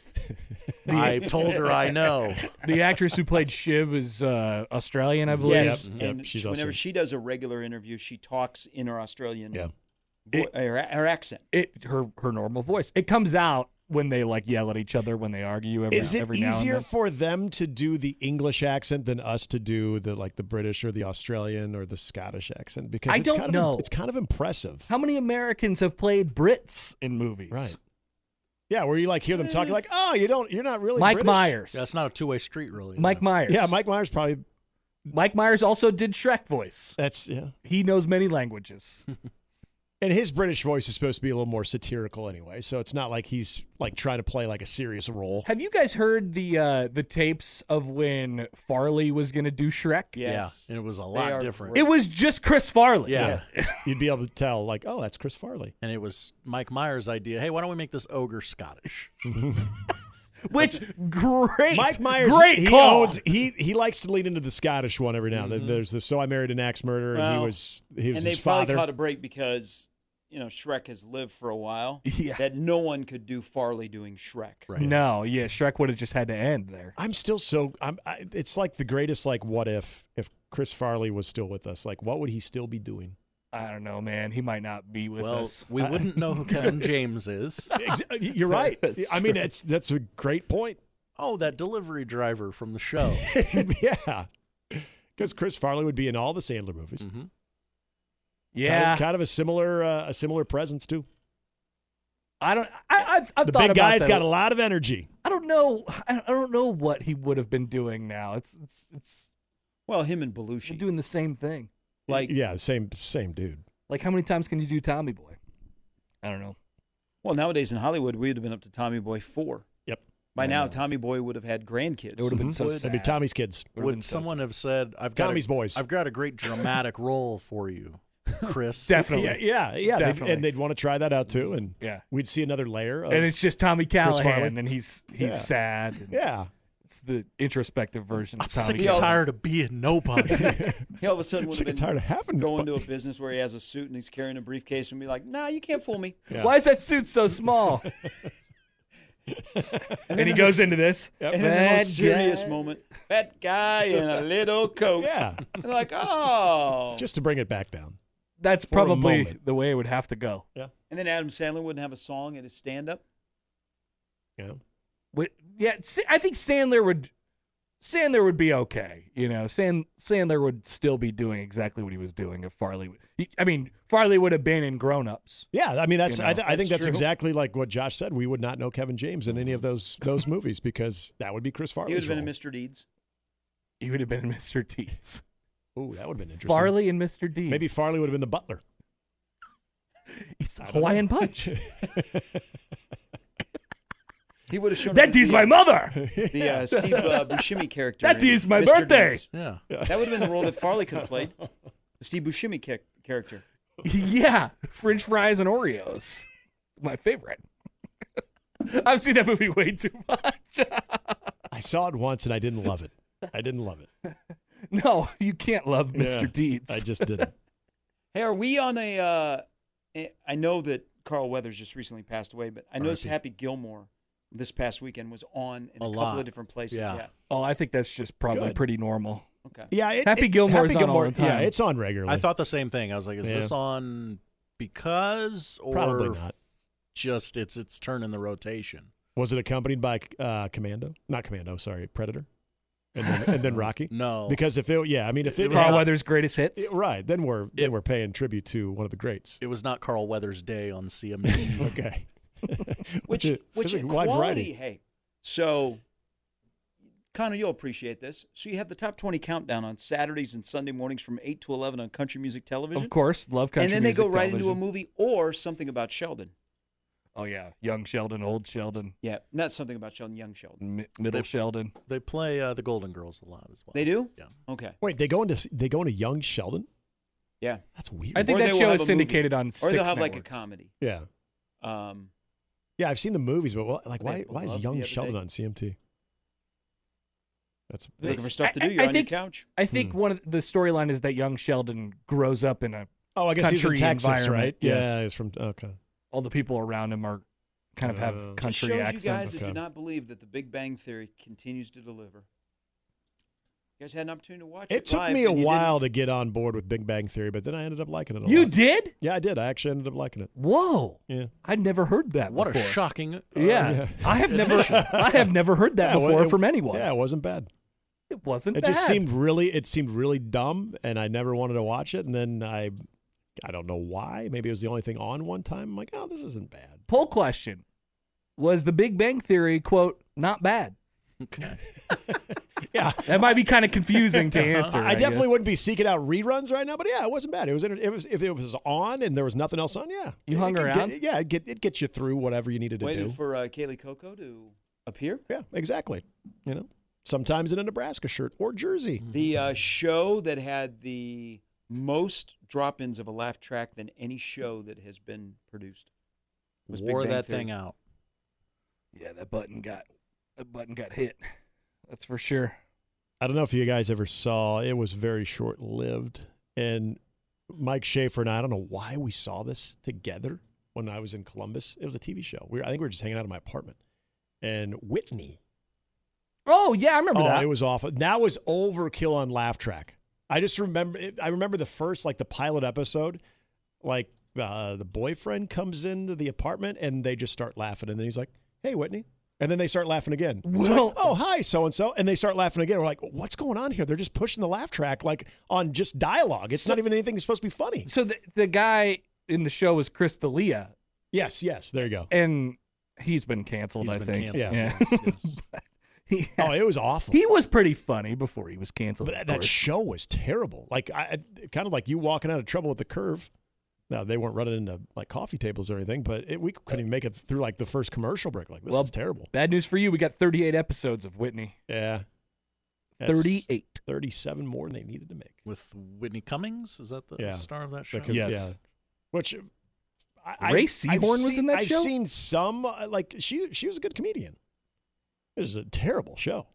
[SPEAKER 7] I told her I know.
[SPEAKER 6] The actress who played Shiv is uh, Australian, I believe.
[SPEAKER 4] Yes.
[SPEAKER 5] Yep, yep,
[SPEAKER 4] And
[SPEAKER 5] she's
[SPEAKER 4] she- whenever
[SPEAKER 5] Australian.
[SPEAKER 4] she does a regular interview, she talks in her Australian,
[SPEAKER 5] Yeah.
[SPEAKER 4] vo-
[SPEAKER 6] It-
[SPEAKER 4] her, her accent.
[SPEAKER 6] It her her normal voice. It comes out when they like yell at each other when they argue every
[SPEAKER 5] Is it
[SPEAKER 6] every now and
[SPEAKER 5] easier
[SPEAKER 6] then.
[SPEAKER 5] for them to do the English accent than us to do the like the British or the Australian or the Scottish accent? Because
[SPEAKER 6] I
[SPEAKER 5] it's
[SPEAKER 6] don't
[SPEAKER 5] kind of-
[SPEAKER 6] know.
[SPEAKER 5] it's kind of impressive.
[SPEAKER 6] How many Americans have played Brits in movies?
[SPEAKER 5] Right. Yeah, where you like hear them talk, you're like, oh, you don't, you're not really
[SPEAKER 6] Mike
[SPEAKER 5] British."
[SPEAKER 6] Myers.
[SPEAKER 7] That's not a two way street, really.
[SPEAKER 6] Mike Myers.
[SPEAKER 5] Yeah, Mike Myers probably.
[SPEAKER 6] Mike Myers also did Shrek voice.
[SPEAKER 5] That's yeah.
[SPEAKER 6] He knows many languages.
[SPEAKER 5] And his British voice is supposed to be a little more satirical anyway, so it's not like he's like trying to play like a serious role.
[SPEAKER 6] Have you guys heard the uh, the tapes of when Farley was going to do Shrek?
[SPEAKER 4] Yes.
[SPEAKER 7] Yeah. And it was a
[SPEAKER 4] are
[SPEAKER 7] lot different.
[SPEAKER 6] It was just Chris Farley.
[SPEAKER 7] yeah.
[SPEAKER 5] You'd be able to tell, like, oh, that's Chris Farley.
[SPEAKER 7] And it was Mike Myers' idea. Hey, why don't we make this ogre Scottish?
[SPEAKER 6] Which great
[SPEAKER 5] Mike Myers,
[SPEAKER 6] great
[SPEAKER 5] he
[SPEAKER 6] call.
[SPEAKER 5] owns- he he likes to lean into the Scottish one every now and then. There's the "So I Married an Axe Murderer," and
[SPEAKER 4] Mm-hmm. Well,
[SPEAKER 5] he was he was
[SPEAKER 4] and they
[SPEAKER 5] his father.
[SPEAKER 4] probably caught a break because you know Shrek has lived for a while.
[SPEAKER 6] Yeah.
[SPEAKER 4] That no one could do Farley doing Shrek.
[SPEAKER 7] Right.
[SPEAKER 6] No, yeah, Shrek would have just had to end there.
[SPEAKER 5] I'm still so I'm. I, it's like the greatest like what if if Chris Farley was still with us, like what would he still be doing?
[SPEAKER 6] I don't know, man. He might not be with
[SPEAKER 7] well,
[SPEAKER 6] us.
[SPEAKER 7] we wouldn't know who Kevin James is.
[SPEAKER 4] Ah.
[SPEAKER 5] Ex- You're right. I mean, it's that's a great point.
[SPEAKER 7] Oh, that delivery driver from the show.
[SPEAKER 5] yeah, because Chris Farley would be in all the Sandler movies.
[SPEAKER 7] Mm-hmm.
[SPEAKER 5] Kind of-
[SPEAKER 6] Yeah,
[SPEAKER 5] kind of, a similar uh, a similar presence too.
[SPEAKER 6] I don't. I, I've, I've
[SPEAKER 5] The
[SPEAKER 6] thought
[SPEAKER 5] big
[SPEAKER 6] about
[SPEAKER 5] guy's
[SPEAKER 6] that.
[SPEAKER 5] got a lot of energy.
[SPEAKER 6] I don't know. I I don't know what he would have been doing now. It's it's it's
[SPEAKER 4] Well, him and
[SPEAKER 6] we're
[SPEAKER 4] Belushi.
[SPEAKER 6] doing the same thing.
[SPEAKER 4] like,
[SPEAKER 5] yeah, same same dude.
[SPEAKER 6] Like how many times can you do Tommy Boy? I don't know.
[SPEAKER 4] well, nowadays in Hollywood, we'd have been up to Tommy Boy four.
[SPEAKER 5] Yep,
[SPEAKER 4] By now, Tommy Boy would have had grandkids.
[SPEAKER 6] It would have
[SPEAKER 5] Mm-hmm.
[SPEAKER 6] been so
[SPEAKER 7] Would-
[SPEAKER 6] sad.
[SPEAKER 5] that'd be Tommy's kids.
[SPEAKER 6] Would have been
[SPEAKER 7] Would
[SPEAKER 6] so
[SPEAKER 7] someone
[SPEAKER 6] sad.
[SPEAKER 7] have said, "I've got
[SPEAKER 5] Tommy's
[SPEAKER 7] a,
[SPEAKER 5] boys.
[SPEAKER 7] I've got a great dramatic role for you, Chris"?
[SPEAKER 6] Definitely.
[SPEAKER 5] Yeah, yeah, yeah. They'd-
[SPEAKER 6] Definitely.
[SPEAKER 5] and they'd want to try that out too, and
[SPEAKER 6] Yeah.
[SPEAKER 5] we'd see another layer. Of,
[SPEAKER 6] and it's just Tommy
[SPEAKER 5] Farley?
[SPEAKER 6] Callahan, and he's he's
[SPEAKER 5] Yeah.
[SPEAKER 6] sad. and
[SPEAKER 5] yeah.
[SPEAKER 6] it's the introspective version
[SPEAKER 7] I'm
[SPEAKER 6] of Tommy.
[SPEAKER 7] sick and
[SPEAKER 6] Callahan.
[SPEAKER 7] tired of being nobody.
[SPEAKER 4] He all of a sudden would
[SPEAKER 5] Sick
[SPEAKER 4] have
[SPEAKER 5] and
[SPEAKER 4] been
[SPEAKER 5] tired of having
[SPEAKER 4] going
[SPEAKER 5] bu-
[SPEAKER 4] to a business where he has a suit and he's carrying a briefcase and be like, "Nah, you can't fool me."
[SPEAKER 5] Yeah.
[SPEAKER 6] Why is that suit so small? and he goes into this.
[SPEAKER 4] And in the most
[SPEAKER 6] "Bad
[SPEAKER 4] serious
[SPEAKER 6] guy."
[SPEAKER 4] moment, that guy in a little coat.
[SPEAKER 5] Yeah,
[SPEAKER 4] And they're like, "Oh."
[SPEAKER 5] just to bring it back down.
[SPEAKER 6] That's
[SPEAKER 5] For a
[SPEAKER 6] probably
[SPEAKER 5] moment.
[SPEAKER 6] the way it would have to go.
[SPEAKER 4] and then Adam Sandler wouldn't have a song at his stand-up.
[SPEAKER 5] Yeah.
[SPEAKER 6] Wi- yeah, Sa- I think Sandler would Sandler would be okay. You know, Sand, Sandler would still be doing exactly what he was doing if Farley. he- I mean, Farley would have been in Grown Ups.
[SPEAKER 5] Yeah, I mean that's
[SPEAKER 6] You
[SPEAKER 5] I,
[SPEAKER 6] know,
[SPEAKER 5] th- I think
[SPEAKER 6] that's
[SPEAKER 5] that's
[SPEAKER 6] true.
[SPEAKER 5] exactly like what Josh said. We would not know Kevin James in any of those those movies because that would be Chris Farley.
[SPEAKER 4] He would have been in Mr. Deeds.
[SPEAKER 6] He would have been in Mr. Deeds.
[SPEAKER 5] Oh, that would have been interesting.
[SPEAKER 6] Farley and Mr. Deeds.
[SPEAKER 5] Maybe Farley would have been the butler.
[SPEAKER 6] It's
[SPEAKER 5] I don't know.
[SPEAKER 6] Hawaiian Punch.
[SPEAKER 4] He would have shown. up
[SPEAKER 6] that
[SPEAKER 4] as the-
[SPEAKER 6] is my mother.
[SPEAKER 4] The uh, Steve uh, Buscemi character.
[SPEAKER 6] That
[SPEAKER 4] in
[SPEAKER 6] is my
[SPEAKER 4] Mr.
[SPEAKER 6] birthday.
[SPEAKER 4] Deeds.
[SPEAKER 7] Yeah.
[SPEAKER 4] That would have been the role that Farley could have played. The Steve Buscemi ca- character.
[SPEAKER 6] yeah, French fries and Oreos. My favorite. I've seen that movie way too much.
[SPEAKER 5] I saw it once and I didn't love it. I didn't love it.
[SPEAKER 6] no, you can't love Mr.
[SPEAKER 5] Yeah,
[SPEAKER 6] Deeds.
[SPEAKER 5] I just didn't.
[SPEAKER 4] Hey, are we on a? Uh, eh, I know that Carl Weathers just recently passed away, but I noticed
[SPEAKER 7] R.I.P..
[SPEAKER 4] Happy Gilmore this past weekend was on in
[SPEAKER 7] A
[SPEAKER 4] a, couple
[SPEAKER 7] lot.
[SPEAKER 4] of different places.
[SPEAKER 7] Yeah.
[SPEAKER 6] Oh, I think that's just probably
[SPEAKER 5] Good.
[SPEAKER 6] pretty normal.
[SPEAKER 4] Okay.
[SPEAKER 5] Yeah, it,
[SPEAKER 6] Happy
[SPEAKER 5] it-
[SPEAKER 6] Gilmore's
[SPEAKER 5] Happy
[SPEAKER 6] on all
[SPEAKER 5] Gilmore,
[SPEAKER 6] the time.
[SPEAKER 5] Yeah, it's on regularly.
[SPEAKER 7] I thought the same thing. I was like, is
[SPEAKER 5] Yeah.
[SPEAKER 7] this on because or
[SPEAKER 5] probably not.
[SPEAKER 7] just it's its turn in the rotation?
[SPEAKER 5] Was it accompanied by uh, Commando? Not Commando, sorry, Predator, and then, and then Rocky.
[SPEAKER 7] No.
[SPEAKER 5] because if it, yeah, I mean, if it,
[SPEAKER 7] It was
[SPEAKER 6] Carl
[SPEAKER 7] not-
[SPEAKER 6] Weathers' greatest hits.
[SPEAKER 5] it- right, then we're then
[SPEAKER 7] It-
[SPEAKER 5] we're paying tribute to one of the greats.
[SPEAKER 7] It was not Carl Weathers Day on CMT.
[SPEAKER 5] Okay,
[SPEAKER 4] Which
[SPEAKER 5] is-
[SPEAKER 4] which
[SPEAKER 5] is a
[SPEAKER 4] in
[SPEAKER 5] wide
[SPEAKER 4] quality?
[SPEAKER 5] variety.
[SPEAKER 4] Hey, so Connor, you'll appreciate this. So you have the top twenty countdown on Saturdays and Sunday mornings from eight to eleven on country music television.
[SPEAKER 6] Of course, love country.
[SPEAKER 4] and then they
[SPEAKER 6] music,
[SPEAKER 4] go right into a
[SPEAKER 6] television.
[SPEAKER 4] movie or something about Sheldon.
[SPEAKER 6] Oh yeah, young Sheldon, old Sheldon,
[SPEAKER 4] Yeah, not something about Sheldon, young Sheldon.
[SPEAKER 6] mi- middle
[SPEAKER 7] They-
[SPEAKER 6] Sheldon.
[SPEAKER 7] they play uh, the Golden Girls a lot as well.
[SPEAKER 4] They do?
[SPEAKER 7] Yeah.
[SPEAKER 4] Okay.
[SPEAKER 5] Wait, they go into they go into Young Sheldon.
[SPEAKER 4] Yeah.
[SPEAKER 5] That's weird.
[SPEAKER 6] I think
[SPEAKER 4] Or they
[SPEAKER 6] that
[SPEAKER 4] will
[SPEAKER 6] show
[SPEAKER 4] have
[SPEAKER 6] is
[SPEAKER 4] a movie.
[SPEAKER 6] syndicated on six
[SPEAKER 4] Or they'll have like a
[SPEAKER 6] networks.
[SPEAKER 4] comedy.
[SPEAKER 5] yeah,
[SPEAKER 4] Um,
[SPEAKER 5] yeah. I've seen the movies, but well, like,
[SPEAKER 4] They
[SPEAKER 5] why why is
[SPEAKER 4] loved
[SPEAKER 5] Young
[SPEAKER 4] the other
[SPEAKER 5] Sheldon
[SPEAKER 4] day.
[SPEAKER 5] on CMT? That's
[SPEAKER 4] looking for
[SPEAKER 5] that's-
[SPEAKER 4] stuff to do.
[SPEAKER 6] I- I-
[SPEAKER 4] You're
[SPEAKER 6] I
[SPEAKER 4] on
[SPEAKER 6] think-
[SPEAKER 4] your couch.
[SPEAKER 6] I think
[SPEAKER 5] Hmm.
[SPEAKER 6] one of the storyline is that young Sheldon grows up uh, in a.
[SPEAKER 5] oh, I guess he's from
[SPEAKER 6] country
[SPEAKER 5] Texas,
[SPEAKER 6] environment,
[SPEAKER 5] right?
[SPEAKER 6] yes.
[SPEAKER 5] Yeah, he's from okay.
[SPEAKER 6] All the people around him are kind of
[SPEAKER 5] Oh.
[SPEAKER 6] have
[SPEAKER 5] Just
[SPEAKER 6] country
[SPEAKER 4] shows
[SPEAKER 6] accents.
[SPEAKER 4] you guys that
[SPEAKER 5] Okay.
[SPEAKER 4] do not believe that the Big Bang Theory continues to deliver. You guys had an opportunity to watch it.
[SPEAKER 5] It took
[SPEAKER 4] live,
[SPEAKER 5] me a
[SPEAKER 4] and you
[SPEAKER 5] while
[SPEAKER 4] didn't.
[SPEAKER 5] to get on board with Big Bang Theory, but then I ended up liking it. A
[SPEAKER 6] You
[SPEAKER 5] lot.
[SPEAKER 6] did?
[SPEAKER 5] Yeah, I did. I actually ended up liking it.
[SPEAKER 6] Whoa!
[SPEAKER 5] Yeah.
[SPEAKER 6] I'd never heard that.
[SPEAKER 7] What
[SPEAKER 6] before.
[SPEAKER 7] a shocking. uh,
[SPEAKER 6] Oh, Yeah.
[SPEAKER 5] yeah.
[SPEAKER 6] I have never, I have never heard that
[SPEAKER 5] Yeah, well,
[SPEAKER 6] before
[SPEAKER 5] it-
[SPEAKER 6] from anyone.
[SPEAKER 5] Yeah, it wasn't bad.
[SPEAKER 6] it wasn't.
[SPEAKER 5] It just
[SPEAKER 6] bad.
[SPEAKER 5] seemed really it seemed really dumb and I never wanted to watch it and then I I don't know why. Maybe it was the only thing on one time. I'm like, "Oh, this isn't bad."
[SPEAKER 6] Poll question: Was The Big Bang Theory quote not bad?
[SPEAKER 7] Okay.
[SPEAKER 5] Yeah.
[SPEAKER 6] That might be kind of confusing to answer.
[SPEAKER 5] I,
[SPEAKER 6] Uh-huh. I
[SPEAKER 5] definitely
[SPEAKER 6] guess.
[SPEAKER 5] wouldn't be seeking out reruns right now, but yeah, it wasn't bad. It was inter- it was if it was on and there was nothing else on, yeah.
[SPEAKER 6] You
[SPEAKER 5] It
[SPEAKER 6] hung
[SPEAKER 5] could get-
[SPEAKER 6] around?
[SPEAKER 5] yeah, it get it gets you through whatever you needed to
[SPEAKER 4] waiting
[SPEAKER 5] do.
[SPEAKER 4] for uh, Kaylee Coco to appear.
[SPEAKER 5] yeah, exactly. You know, sometimes in a Nebraska shirt or jersey.
[SPEAKER 4] The uh, show that had the most drop-ins of a laugh track than any show that has been produced. was Big
[SPEAKER 7] Wore
[SPEAKER 4] Bang
[SPEAKER 7] that
[SPEAKER 4] Theory.
[SPEAKER 7] thing out.
[SPEAKER 6] Yeah, that button got, that button got hit. That's for sure.
[SPEAKER 5] I don't know if you guys ever saw it was very short lived and Mike Schaefer and I, I don't know why we saw this together when I was in Columbus. It was a TV show. We were, I think we were just hanging out in my apartment. And Whitney.
[SPEAKER 6] Oh yeah, I remember
[SPEAKER 5] oh,
[SPEAKER 6] that.
[SPEAKER 5] it was awful. That was overkill on laugh track. I just remember I remember the first like the pilot episode like uh, the boyfriend comes into the apartment and they just start laughing and then he's like, "Hey, Whitney." And then they start laughing again. He's like,
[SPEAKER 6] Well-
[SPEAKER 5] oh, hi, so and so. And they start laughing again. We're like, what's going on here? They're just pushing the laugh track like on just dialogue. It's
[SPEAKER 6] So-
[SPEAKER 5] not even anything that's supposed to be funny.
[SPEAKER 6] so the the guy in the show was Chris D'Elia,
[SPEAKER 5] Yes, yes. There you go.
[SPEAKER 6] and he's been canceled.
[SPEAKER 7] He's
[SPEAKER 6] I
[SPEAKER 7] been
[SPEAKER 6] think.
[SPEAKER 7] canceled.
[SPEAKER 6] Yeah.
[SPEAKER 7] Yes, yes.
[SPEAKER 6] He,
[SPEAKER 5] Oh, it was awful.
[SPEAKER 6] he was pretty funny before he was canceled.
[SPEAKER 5] but
[SPEAKER 6] of
[SPEAKER 5] that, that
[SPEAKER 6] course.
[SPEAKER 5] show was terrible. Like, I I- kind of like you walking out of trouble with the curve. Now, they weren't running into like coffee tables or anything, but it, we couldn't even make it through like the first commercial break. Like, this
[SPEAKER 6] Well,
[SPEAKER 5] is terrible.
[SPEAKER 6] Bad news for you. We got 38 episodes of Whitney.
[SPEAKER 5] Yeah. That's
[SPEAKER 6] 38.
[SPEAKER 5] 37 more than they needed to make.
[SPEAKER 7] With Whitney Cummings, is that the
[SPEAKER 5] Yeah.
[SPEAKER 7] star of that show?
[SPEAKER 5] That could-
[SPEAKER 6] Yes.
[SPEAKER 5] Which uh, I,
[SPEAKER 6] Ray
[SPEAKER 5] I've
[SPEAKER 6] Seahorn
[SPEAKER 5] seen,
[SPEAKER 6] was in that
[SPEAKER 5] I've
[SPEAKER 6] show?
[SPEAKER 5] seen some uh, like she she was a good comedian. It was a terrible show,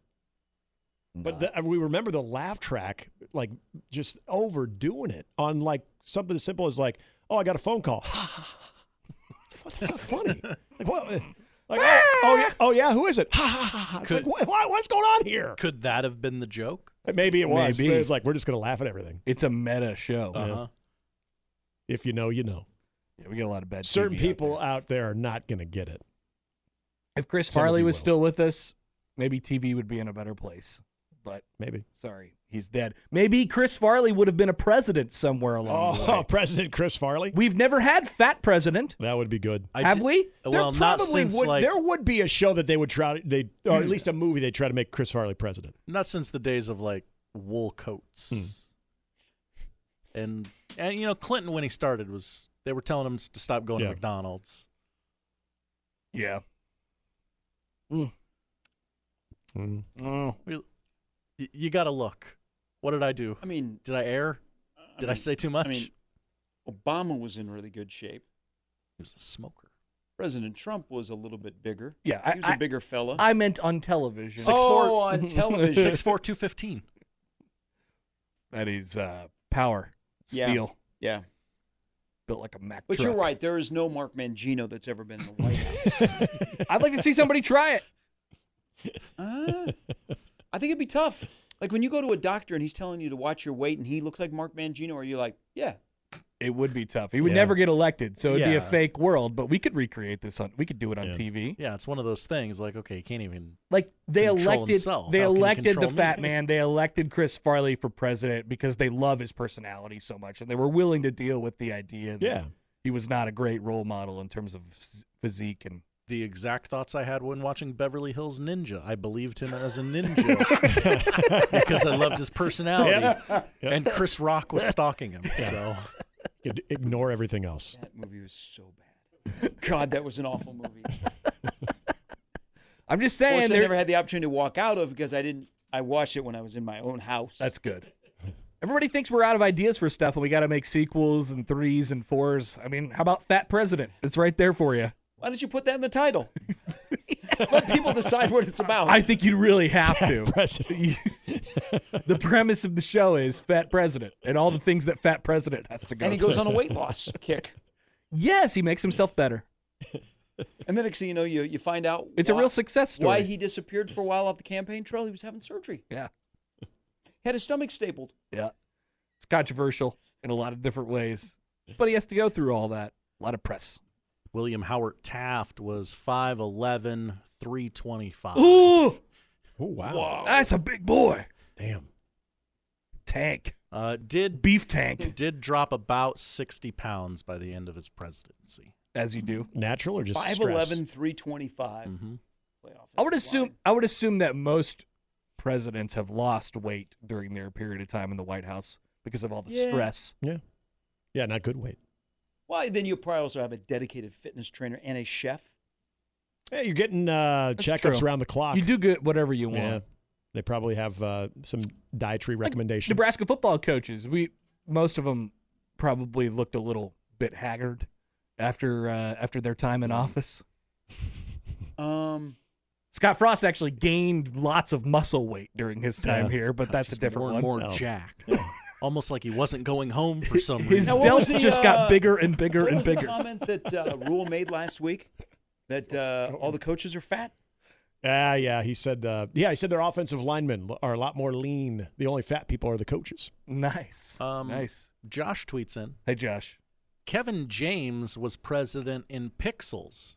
[SPEAKER 5] but the, uh, we remember the laugh track like just overdoing it on like something as simple as like oh I got a phone call. It's like, what, that's not funny. Like what? uh, Like, oh, oh, yeah, oh yeah, who is it? It's like,
[SPEAKER 7] Could-
[SPEAKER 5] what, what- what's going on here?
[SPEAKER 7] Could that have been the joke?
[SPEAKER 5] Maybe it was.
[SPEAKER 6] Maybe.
[SPEAKER 5] But it was like we're just gonna laugh at everything.
[SPEAKER 6] It's a meta show.
[SPEAKER 7] Uh-huh.
[SPEAKER 5] If you know, you know.
[SPEAKER 6] Yeah, we got a lot of bad.
[SPEAKER 5] Certain
[SPEAKER 6] TV out
[SPEAKER 5] people
[SPEAKER 6] there.
[SPEAKER 5] out there are not gonna get it.
[SPEAKER 6] If Chris
[SPEAKER 5] Some of
[SPEAKER 6] Farley
[SPEAKER 5] you
[SPEAKER 6] was
[SPEAKER 5] will.
[SPEAKER 6] still with us, maybe TV would be in a better place. But
[SPEAKER 5] Maybe.
[SPEAKER 6] sorry, he's dead. Maybe Chris Farley would have been a president somewhere along the
[SPEAKER 5] Oh,
[SPEAKER 6] way.
[SPEAKER 5] President Chris Farley.
[SPEAKER 6] We've never had fat president,
[SPEAKER 5] That would be good.
[SPEAKER 7] I
[SPEAKER 6] have
[SPEAKER 7] did-
[SPEAKER 6] we?
[SPEAKER 7] Well,
[SPEAKER 5] there
[SPEAKER 7] not
[SPEAKER 5] probably
[SPEAKER 7] since
[SPEAKER 5] would.
[SPEAKER 7] like
[SPEAKER 5] there would be a show that they would try. They or at least a movie they try to make Chris Farley president.
[SPEAKER 7] not since the days of like wool coats.
[SPEAKER 4] Hmm.
[SPEAKER 7] And and you know Clinton when he started was they were telling him s- to stop going
[SPEAKER 5] Yeah.
[SPEAKER 7] to McDonald's.
[SPEAKER 6] Yeah.
[SPEAKER 5] Hmm.
[SPEAKER 7] We- y- you got to look. What did I do?
[SPEAKER 4] I mean,
[SPEAKER 7] Did I err? Did I
[SPEAKER 4] mean-
[SPEAKER 7] say too much?
[SPEAKER 4] I mean, Obama was in really good shape.
[SPEAKER 7] he was a smoker.
[SPEAKER 4] President Trump was a little bit bigger.
[SPEAKER 6] Yeah, I-
[SPEAKER 4] he was a
[SPEAKER 6] I-
[SPEAKER 4] bigger fella.
[SPEAKER 6] I meant on television.
[SPEAKER 7] Six-
[SPEAKER 4] oh,
[SPEAKER 7] four-
[SPEAKER 4] on television.
[SPEAKER 7] Six four two fifteen.
[SPEAKER 6] That is uh, power,
[SPEAKER 4] Yeah.
[SPEAKER 6] steel,
[SPEAKER 4] yeah,
[SPEAKER 6] built like a Mack
[SPEAKER 4] but you're
[SPEAKER 6] truck.
[SPEAKER 4] right. There is no Mark Mangino that's ever been in the White House.
[SPEAKER 6] I'd like to see somebody try it.
[SPEAKER 4] Uh, I think it'd be tough. Like when you go to a doctor and he's telling you to watch your weight, and he looks like Mark Mangino, are you like, yeah,
[SPEAKER 6] It would be tough. He would
[SPEAKER 5] Yeah.
[SPEAKER 6] never get elected, so it'd be a
[SPEAKER 7] Yeah.
[SPEAKER 6] fake world. But we could recreate this on. We could do it on
[SPEAKER 5] Yeah.
[SPEAKER 6] TV.
[SPEAKER 7] Yeah, it's one of those things. Like okay, you can't even.
[SPEAKER 6] Like they
[SPEAKER 7] Control
[SPEAKER 6] elected,
[SPEAKER 7] himself.
[SPEAKER 6] they
[SPEAKER 7] How can you
[SPEAKER 6] elected the
[SPEAKER 7] control me?
[SPEAKER 6] fat man. They elected Chris Farley for president because they love his personality so much, and they were willing to deal with the idea that
[SPEAKER 5] Yeah.
[SPEAKER 6] he was not a great role model in terms of phys- physique and
[SPEAKER 7] The exact thoughts I had when watching Beverly Hills Ninja. I believed him as a ninja because I loved his personality, and Chris Rock was stalking him. So
[SPEAKER 5] You'd Ignore everything else.
[SPEAKER 4] that movie was so bad. God, that was an awful movie.
[SPEAKER 6] I'm just
[SPEAKER 4] Of course,
[SPEAKER 6] saying,
[SPEAKER 4] I
[SPEAKER 6] there-
[SPEAKER 4] never had the opportunity to walk out of because I didn't. I watched it when I was in my own house.
[SPEAKER 6] that's good. Everybody thinks we're out of ideas for stuff, and we got to make sequels and threes and fours. I mean, how about Fat President? It's right there for you.
[SPEAKER 4] why don't you put that in the title? Let people decide what it's about.
[SPEAKER 6] I think you really have to.
[SPEAKER 5] President.
[SPEAKER 6] the premise of the show is fat president and all the things that fat president has to go
[SPEAKER 4] and he
[SPEAKER 6] through.
[SPEAKER 4] goes on a weight loss kick.
[SPEAKER 6] yes he makes himself better
[SPEAKER 4] And then next thing you know, you you find out
[SPEAKER 6] it's a
[SPEAKER 4] why-
[SPEAKER 6] real success story
[SPEAKER 4] Why he disappeared for a while off the campaign trail? He was having surgery.
[SPEAKER 6] yeah
[SPEAKER 4] He had his stomach stapled.
[SPEAKER 6] yeah it's controversial in a lot of different ways but he has to go through all that a lot of press
[SPEAKER 7] William Howard Taft was 5'11",
[SPEAKER 4] Ah.
[SPEAKER 7] 325.
[SPEAKER 6] ooh
[SPEAKER 5] Oh wow.
[SPEAKER 6] that's a big boy
[SPEAKER 5] Damn.
[SPEAKER 6] tank
[SPEAKER 7] Uh, did
[SPEAKER 6] beef tank
[SPEAKER 7] did drop about sixty pounds by the end of his presidency.
[SPEAKER 6] as you do
[SPEAKER 5] Natural or just stress?
[SPEAKER 4] 5'11", 325.
[SPEAKER 7] Mm-hmm.
[SPEAKER 4] Playoff
[SPEAKER 6] i would
[SPEAKER 4] is
[SPEAKER 6] assume
[SPEAKER 4] line.
[SPEAKER 6] i would assume that most presidents have lost weight during their period of time in the white house because of all the
[SPEAKER 4] Yeah.
[SPEAKER 6] stress
[SPEAKER 5] Yeah. Yeah, not good weight.
[SPEAKER 4] Well, then you probably also have a dedicated fitness trainer and a chef.
[SPEAKER 5] Hey, you're getting uh,
[SPEAKER 6] That's
[SPEAKER 5] checkups
[SPEAKER 6] true.
[SPEAKER 5] around the clock.
[SPEAKER 6] you do good whatever you want
[SPEAKER 5] Yeah. They probably have uh, some dietary recommendations.
[SPEAKER 6] Nebraska football coaches, we most of them probably looked a little bit haggard after uh, after their time in office.
[SPEAKER 4] Um,
[SPEAKER 6] Scott Frost actually gained lots of muscle weight during his time
[SPEAKER 5] Yeah.
[SPEAKER 6] here, but that's a
[SPEAKER 7] Just
[SPEAKER 6] different
[SPEAKER 7] more
[SPEAKER 6] one.
[SPEAKER 7] and more
[SPEAKER 5] Oh.
[SPEAKER 7] Jack, almost like he wasn't going home for some
[SPEAKER 6] His
[SPEAKER 7] reason.
[SPEAKER 4] what was
[SPEAKER 6] delts
[SPEAKER 4] the,
[SPEAKER 6] just got
[SPEAKER 4] uh,
[SPEAKER 6] bigger and bigger
[SPEAKER 4] what
[SPEAKER 6] and
[SPEAKER 4] was the
[SPEAKER 6] bigger.
[SPEAKER 4] comment that uh, Rule made last week? That uh, all the coaches are fat?
[SPEAKER 5] Ah, yeah. He said, uh, yeah, he said their offensive linemen l- are a lot more lean. The only fat people are the coaches.
[SPEAKER 6] Nice,
[SPEAKER 7] Um,
[SPEAKER 6] nice.
[SPEAKER 7] Josh tweets in:
[SPEAKER 6] Hey Josh,
[SPEAKER 7] Kevin James was president in Pixels,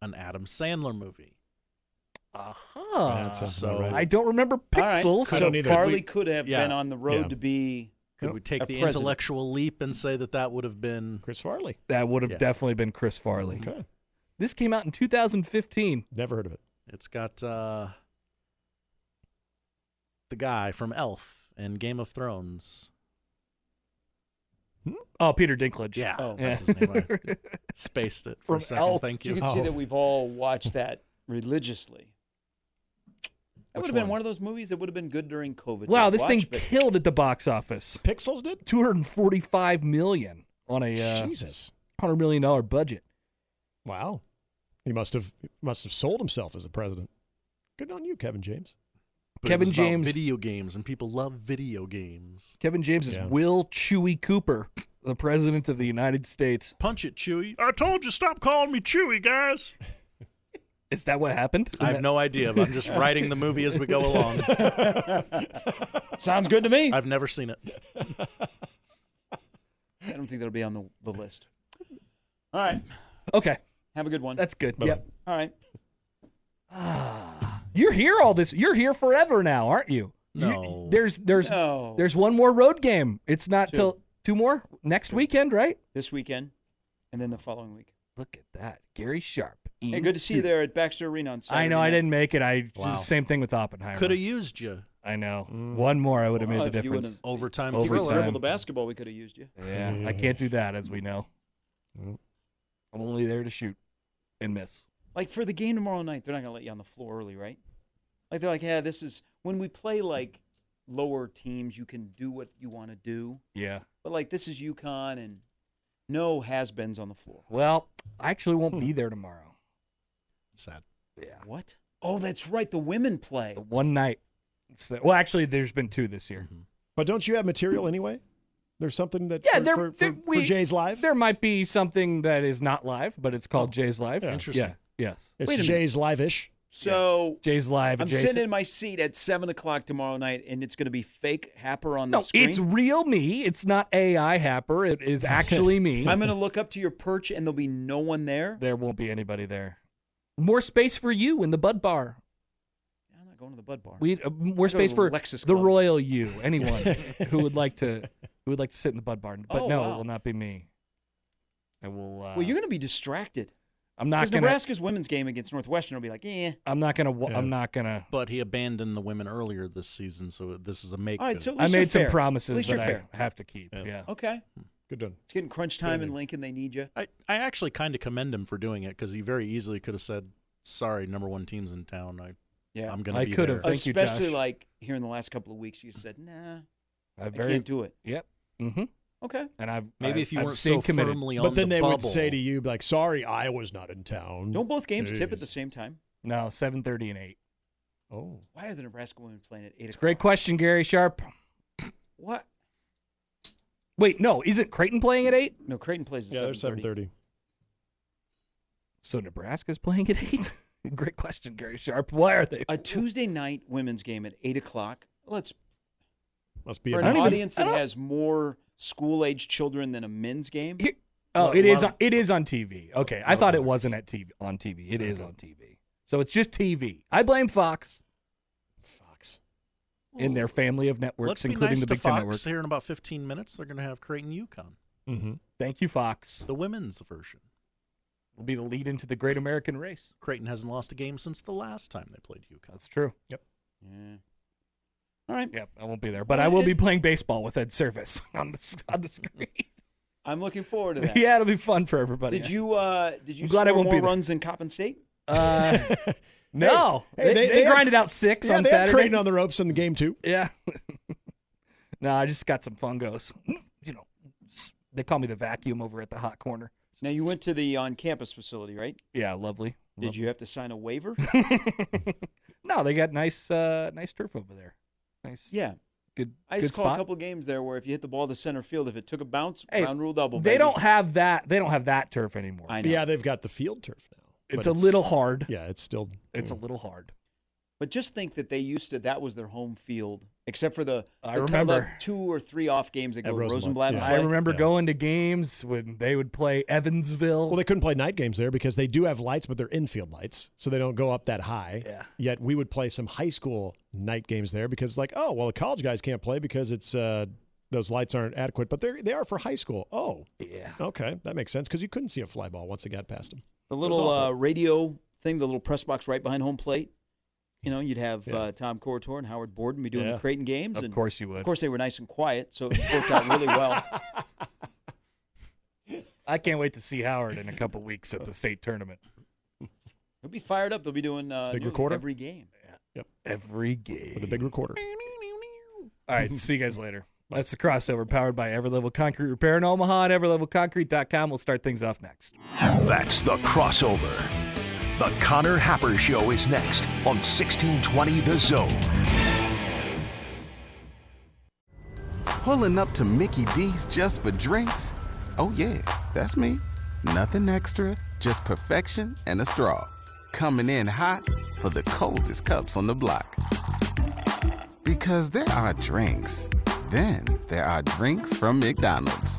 [SPEAKER 7] an Adam Sandler movie.
[SPEAKER 5] Yeah,
[SPEAKER 6] aha.
[SPEAKER 5] that sounds
[SPEAKER 7] so
[SPEAKER 5] about right.
[SPEAKER 6] I don't remember
[SPEAKER 4] Uh-huh. All right.
[SPEAKER 6] pixels.
[SPEAKER 5] I
[SPEAKER 4] So
[SPEAKER 5] don't either.
[SPEAKER 4] Farley
[SPEAKER 7] We-
[SPEAKER 4] could have
[SPEAKER 7] yeah.
[SPEAKER 4] been on the road
[SPEAKER 5] Yeah.
[SPEAKER 4] to be.
[SPEAKER 7] Could we take
[SPEAKER 4] A
[SPEAKER 7] the
[SPEAKER 4] president.
[SPEAKER 7] intellectual leap and say that that would have been?
[SPEAKER 5] Chris Farley.
[SPEAKER 6] that would have
[SPEAKER 7] Yeah.
[SPEAKER 6] definitely been Chris Farley.
[SPEAKER 5] Okay.
[SPEAKER 6] This came out in 2015.
[SPEAKER 5] Never heard of it.
[SPEAKER 7] It's got uh, the guy from Elf and Game of Thrones.
[SPEAKER 6] Oh, Peter Dinklage.
[SPEAKER 7] Yeah,
[SPEAKER 4] Oh.
[SPEAKER 7] that's
[SPEAKER 6] Yeah.
[SPEAKER 7] his name. I spaced it for
[SPEAKER 6] From
[SPEAKER 7] a second.
[SPEAKER 6] Elf.
[SPEAKER 7] Thank
[SPEAKER 4] You
[SPEAKER 7] you. Oh.
[SPEAKER 4] can see that we've all watched that religiously. That
[SPEAKER 7] Which
[SPEAKER 4] would have been
[SPEAKER 7] one?
[SPEAKER 4] one? of those movies that would have been good during COVID. to
[SPEAKER 6] Wow, this
[SPEAKER 4] watch,
[SPEAKER 6] thing
[SPEAKER 4] but
[SPEAKER 6] killed at the box office.
[SPEAKER 5] Pixels did?
[SPEAKER 6] 245 million on a uh,
[SPEAKER 5] Jesus.
[SPEAKER 6] 100 million dollar budget.
[SPEAKER 5] Wow. He must have must have sold himself as a president. Good on you, Kevin James.
[SPEAKER 7] But it
[SPEAKER 6] Kevin
[SPEAKER 7] was about
[SPEAKER 6] James-
[SPEAKER 7] Video games, and people love video games.
[SPEAKER 6] Kevin James is
[SPEAKER 5] Yeah.
[SPEAKER 6] Will Chewy Cooper, the president of the United States.
[SPEAKER 7] Punch it, Chewy. I told you, stop calling me Chewy, guys.
[SPEAKER 6] Is that what happened?
[SPEAKER 7] I have no idea, but I'm just writing the movie as we go along.
[SPEAKER 4] Sounds good to me. I
[SPEAKER 7] I've never seen it.
[SPEAKER 4] don't think that'll be on the, the list. All right.
[SPEAKER 6] Okay,
[SPEAKER 4] Have a good one.
[SPEAKER 6] that's good.
[SPEAKER 5] Bye-bye.
[SPEAKER 6] Yep.
[SPEAKER 4] all right.
[SPEAKER 6] You're here all this. You're here forever now, aren't you? You-
[SPEAKER 7] No.
[SPEAKER 6] there's there's
[SPEAKER 4] No.
[SPEAKER 6] there's one more road game. It's not
[SPEAKER 4] Two.
[SPEAKER 6] till two more next weekend, right?
[SPEAKER 4] This weekend and then the following week.
[SPEAKER 6] Look at that, Gary Sharp.
[SPEAKER 4] Hey, good to see you there at Baxter Arena on Saturday.
[SPEAKER 6] I know I
[SPEAKER 4] night.
[SPEAKER 6] didn't make it. I
[SPEAKER 7] Wow.
[SPEAKER 6] same thing with Oppenheimer.
[SPEAKER 7] Could have used you
[SPEAKER 6] I know. One more, I would have
[SPEAKER 4] Well,
[SPEAKER 6] made the
[SPEAKER 4] if you would've-
[SPEAKER 6] difference.
[SPEAKER 7] overtime
[SPEAKER 4] If you could
[SPEAKER 6] Overtime.
[SPEAKER 7] thriller.
[SPEAKER 4] dribble the basketball, we could have used you.
[SPEAKER 6] Yeah, I can't do that, as we know.
[SPEAKER 5] Mm.
[SPEAKER 6] I'm only there to shoot and miss.
[SPEAKER 4] Like for the game tomorrow night, they're not going to let you on the floor early, right? Like they're like, yeah, this is when we play like lower teams, you can do what you want to do.
[SPEAKER 6] Yeah.
[SPEAKER 4] But like this is UConn and no has-beens on the floor.
[SPEAKER 6] Well, I actually won't be there tomorrow.
[SPEAKER 7] Sad.
[SPEAKER 6] Yeah.
[SPEAKER 4] What? Oh, that's right. The women play.
[SPEAKER 6] It's the one night. It's the, well, actually, there's been two this year.
[SPEAKER 5] But don't you have material anyway? There's something that
[SPEAKER 6] Yeah,
[SPEAKER 5] Mm-hmm. for,
[SPEAKER 6] there,
[SPEAKER 5] for,
[SPEAKER 6] there-
[SPEAKER 5] for- for
[SPEAKER 6] we-
[SPEAKER 5] Jay's live. Oh,
[SPEAKER 6] There might be something that is not live, but it's called Jay's live.
[SPEAKER 5] Yeah.
[SPEAKER 7] Interesting.
[SPEAKER 6] Yeah. Yes.
[SPEAKER 5] it's
[SPEAKER 4] Wait a minute.
[SPEAKER 5] Jay's live-ish.
[SPEAKER 4] So
[SPEAKER 6] Jay's live.
[SPEAKER 4] I'm
[SPEAKER 6] adjacent.
[SPEAKER 4] sitting in my seat at seven o'clock tomorrow night, and it's going to be fake Happer on
[SPEAKER 6] No,
[SPEAKER 4] the screen.
[SPEAKER 6] it's real me. It's not AI Happer. It is actually me.
[SPEAKER 4] I'm going to look up to your perch, and there'll be no one there.
[SPEAKER 6] there won't be anybody there. More space for you in the Bud Bar.
[SPEAKER 4] I'm not going to the Bud Bar.
[SPEAKER 6] We uh, more
[SPEAKER 4] I'll go to
[SPEAKER 6] space for
[SPEAKER 4] Lexus
[SPEAKER 6] the
[SPEAKER 4] Club.
[SPEAKER 6] Royal You. Anyone who would like to who would like to sit in the Bud Bar, but
[SPEAKER 4] Oh,
[SPEAKER 6] no, it
[SPEAKER 4] wow.
[SPEAKER 6] will not be me. I will. Uh,
[SPEAKER 4] well, you're going to be distracted.
[SPEAKER 6] I'm not
[SPEAKER 4] Because
[SPEAKER 6] gonna.
[SPEAKER 4] Nebraska's women's game against Northwestern will be like, eh.
[SPEAKER 6] I'm not gonna. wa-
[SPEAKER 5] Yeah.
[SPEAKER 6] I'm not gonna.
[SPEAKER 7] But he abandoned the women earlier this season, so this is a make.
[SPEAKER 4] All right,
[SPEAKER 7] good.
[SPEAKER 4] so at
[SPEAKER 6] I
[SPEAKER 4] least you're
[SPEAKER 6] made some
[SPEAKER 4] fair. At
[SPEAKER 6] promises
[SPEAKER 4] least
[SPEAKER 6] that
[SPEAKER 4] you're fair.
[SPEAKER 6] I have to keep. Yeah.
[SPEAKER 4] Okay.
[SPEAKER 5] Good done.
[SPEAKER 4] It's getting crunch time
[SPEAKER 5] Yeah.
[SPEAKER 4] in Lincoln. They need you.
[SPEAKER 7] I, I actually kind of commend him for doing it because he very easily could have said, "Sorry, number one team's in town. I
[SPEAKER 4] Yeah.
[SPEAKER 7] I'm gonna
[SPEAKER 6] I
[SPEAKER 7] be
[SPEAKER 6] could
[SPEAKER 7] there."
[SPEAKER 6] have. Thank you, Josh.
[SPEAKER 4] Especially like here in the last couple of weeks, you said, nah,
[SPEAKER 6] I
[SPEAKER 4] I
[SPEAKER 6] very.
[SPEAKER 4] can't do it.
[SPEAKER 6] Yep. Mm-hmm.
[SPEAKER 4] Okay.
[SPEAKER 6] And I've
[SPEAKER 7] Maybe
[SPEAKER 6] I've-
[SPEAKER 7] if you
[SPEAKER 6] I've
[SPEAKER 7] weren't
[SPEAKER 6] stayed
[SPEAKER 7] so
[SPEAKER 6] committed.
[SPEAKER 7] firmly on
[SPEAKER 5] But then
[SPEAKER 7] the
[SPEAKER 5] they would
[SPEAKER 7] bubble.
[SPEAKER 5] say to you, like, "Sorry, I was not in
[SPEAKER 6] Mm.
[SPEAKER 5] town."
[SPEAKER 4] Don't both games tip
[SPEAKER 5] Jeez.
[SPEAKER 4] at the same time?
[SPEAKER 6] No, seven thirty and eight.
[SPEAKER 5] Oh,
[SPEAKER 4] Why are the Nebraska women playing at 8
[SPEAKER 6] It's a
[SPEAKER 4] o'clock?
[SPEAKER 6] great question, Gary Sharp.
[SPEAKER 4] What?
[SPEAKER 6] Wait, no, isn't Creighton playing at eight?
[SPEAKER 4] No, Creighton plays at
[SPEAKER 5] yeah, they're
[SPEAKER 4] 7:30.
[SPEAKER 5] seven thirty.
[SPEAKER 6] So Nebraska's playing at eight. great question, Gary Sharp. Why are they?
[SPEAKER 4] A Tuesday night women's game at 8 o'clock. Let's,
[SPEAKER 5] Must be
[SPEAKER 4] for
[SPEAKER 5] a
[SPEAKER 4] an
[SPEAKER 6] I don't even-
[SPEAKER 4] audience
[SPEAKER 6] I
[SPEAKER 4] that
[SPEAKER 6] don't-
[SPEAKER 4] has more school age children than a men's game.
[SPEAKER 6] Here- oh,
[SPEAKER 7] Lot-
[SPEAKER 6] it is.
[SPEAKER 7] lot of-
[SPEAKER 6] it is on TV. Okay, I thought it wasn't at TV on TV. It is on TV. So it's just TV. I blame Fox
[SPEAKER 5] Fox.
[SPEAKER 6] and their family of networks,
[SPEAKER 7] Let's
[SPEAKER 6] including
[SPEAKER 7] be nice
[SPEAKER 6] the
[SPEAKER 7] to
[SPEAKER 6] Big Ten
[SPEAKER 7] Fox
[SPEAKER 6] network.
[SPEAKER 7] here in about 15 minutes. They're going to have Creighton UConn,
[SPEAKER 5] Mm-hmm.
[SPEAKER 6] Thank you, Fox.
[SPEAKER 7] the women's version.
[SPEAKER 6] Will be the lead into the Great American Race.
[SPEAKER 7] Creighton hasn't lost a game since the last time they played UConn.
[SPEAKER 6] That's true.
[SPEAKER 4] Yeah. All right.
[SPEAKER 6] Yep, I won't be there, but I will be playing baseball with Ed Service on the s- on the screen.
[SPEAKER 4] I'm looking forward to that.
[SPEAKER 6] yeah, it'll be fun for everybody.
[SPEAKER 4] Did you uh did you
[SPEAKER 6] I'm glad I
[SPEAKER 4] score
[SPEAKER 6] won't be
[SPEAKER 4] more
[SPEAKER 6] there.
[SPEAKER 4] runs than Coppin State?
[SPEAKER 6] Uh, no, they, they,
[SPEAKER 5] Hey, hey, they- they had-
[SPEAKER 6] grinded out six
[SPEAKER 5] yeah,
[SPEAKER 6] on
[SPEAKER 5] they had
[SPEAKER 6] Saturday.
[SPEAKER 5] Creighton on the ropes in the game too.
[SPEAKER 6] Yeah. no, I just got some fungos. You know, s- they call me the vacuum over at the hot corner.
[SPEAKER 4] Now you went to the uh, on campus facility, right?
[SPEAKER 6] Yeah, lovely.
[SPEAKER 4] Did you have to sign a waiver?
[SPEAKER 6] you? no, they got nice, uh, nice turf over there. Nice.
[SPEAKER 4] yeah.
[SPEAKER 6] Good.
[SPEAKER 4] I
[SPEAKER 6] good
[SPEAKER 4] just caught
[SPEAKER 6] spot.
[SPEAKER 4] a couple games there where if you hit the ball to center field, if it took a bounce,
[SPEAKER 6] Hey,
[SPEAKER 4] round rule double.
[SPEAKER 6] They
[SPEAKER 4] baby.
[SPEAKER 6] don't have that. They don't have that turf anymore.
[SPEAKER 4] I know.
[SPEAKER 5] Yeah, they've got the field turf now.
[SPEAKER 6] it's a
[SPEAKER 5] but
[SPEAKER 6] little hard.
[SPEAKER 5] Yeah, it's still.
[SPEAKER 6] It's a
[SPEAKER 4] Mm.
[SPEAKER 6] little hard.
[SPEAKER 4] But just think that they used to that was their home field, except for the
[SPEAKER 6] I
[SPEAKER 4] the co-
[SPEAKER 6] remember.
[SPEAKER 4] like, two or three off games that
[SPEAKER 5] At
[SPEAKER 4] go to Rosenblatt.
[SPEAKER 5] Rosenblatt, yeah.
[SPEAKER 4] and
[SPEAKER 6] I
[SPEAKER 4] play.
[SPEAKER 6] remember
[SPEAKER 5] Yeah.
[SPEAKER 6] going to games when they would play Evansville.
[SPEAKER 5] Well, they couldn't play night games there because they do have lights, but they're infield lights, so they don't go up that high.
[SPEAKER 6] Yeah.
[SPEAKER 5] Yet we would play some high school night games there because, like, oh well, the college guys can't play because it's uh, those lights aren't adequate, but they they are for high school. Oh,
[SPEAKER 6] yeah.
[SPEAKER 5] okay, that makes sense because you couldn't see a fly ball once it got past them.
[SPEAKER 4] the
[SPEAKER 5] was
[SPEAKER 4] little uh,
[SPEAKER 5] awful.
[SPEAKER 4] radio thing, the little press box right behind home plate. You know, you'd have
[SPEAKER 5] Yeah.
[SPEAKER 4] uh, Tom Corator and Howard Borden be doing
[SPEAKER 5] Yeah.
[SPEAKER 4] the Creighton games.
[SPEAKER 6] Of
[SPEAKER 4] and
[SPEAKER 6] course you
[SPEAKER 4] Of
[SPEAKER 6] would.
[SPEAKER 4] course, they were nice and quiet, so it worked out really well.
[SPEAKER 6] I can't wait to see Howard in a couple weeks at the state tournament.
[SPEAKER 4] They'll be fired up. They'll be doing uh,
[SPEAKER 5] Big
[SPEAKER 4] nearly
[SPEAKER 5] recorder?
[SPEAKER 4] every game.
[SPEAKER 6] Every game.
[SPEAKER 5] with a big recorder.
[SPEAKER 6] All right. See you guys later. That's the crossover powered by Everlevel Concrete Repair in Omaha and everlevelconcrete.com. We'll start things off next.
[SPEAKER 8] That's the crossover. The Connor Happer Show is next on 1620 The Zone.
[SPEAKER 9] Pulling up to Mickey D's just for drinks? Oh, yeah, that's me. Nothing extra, just perfection and a straw. Coming in hot for the coldest cups on the block. Because there are drinks, then there are drinks from McDonald's.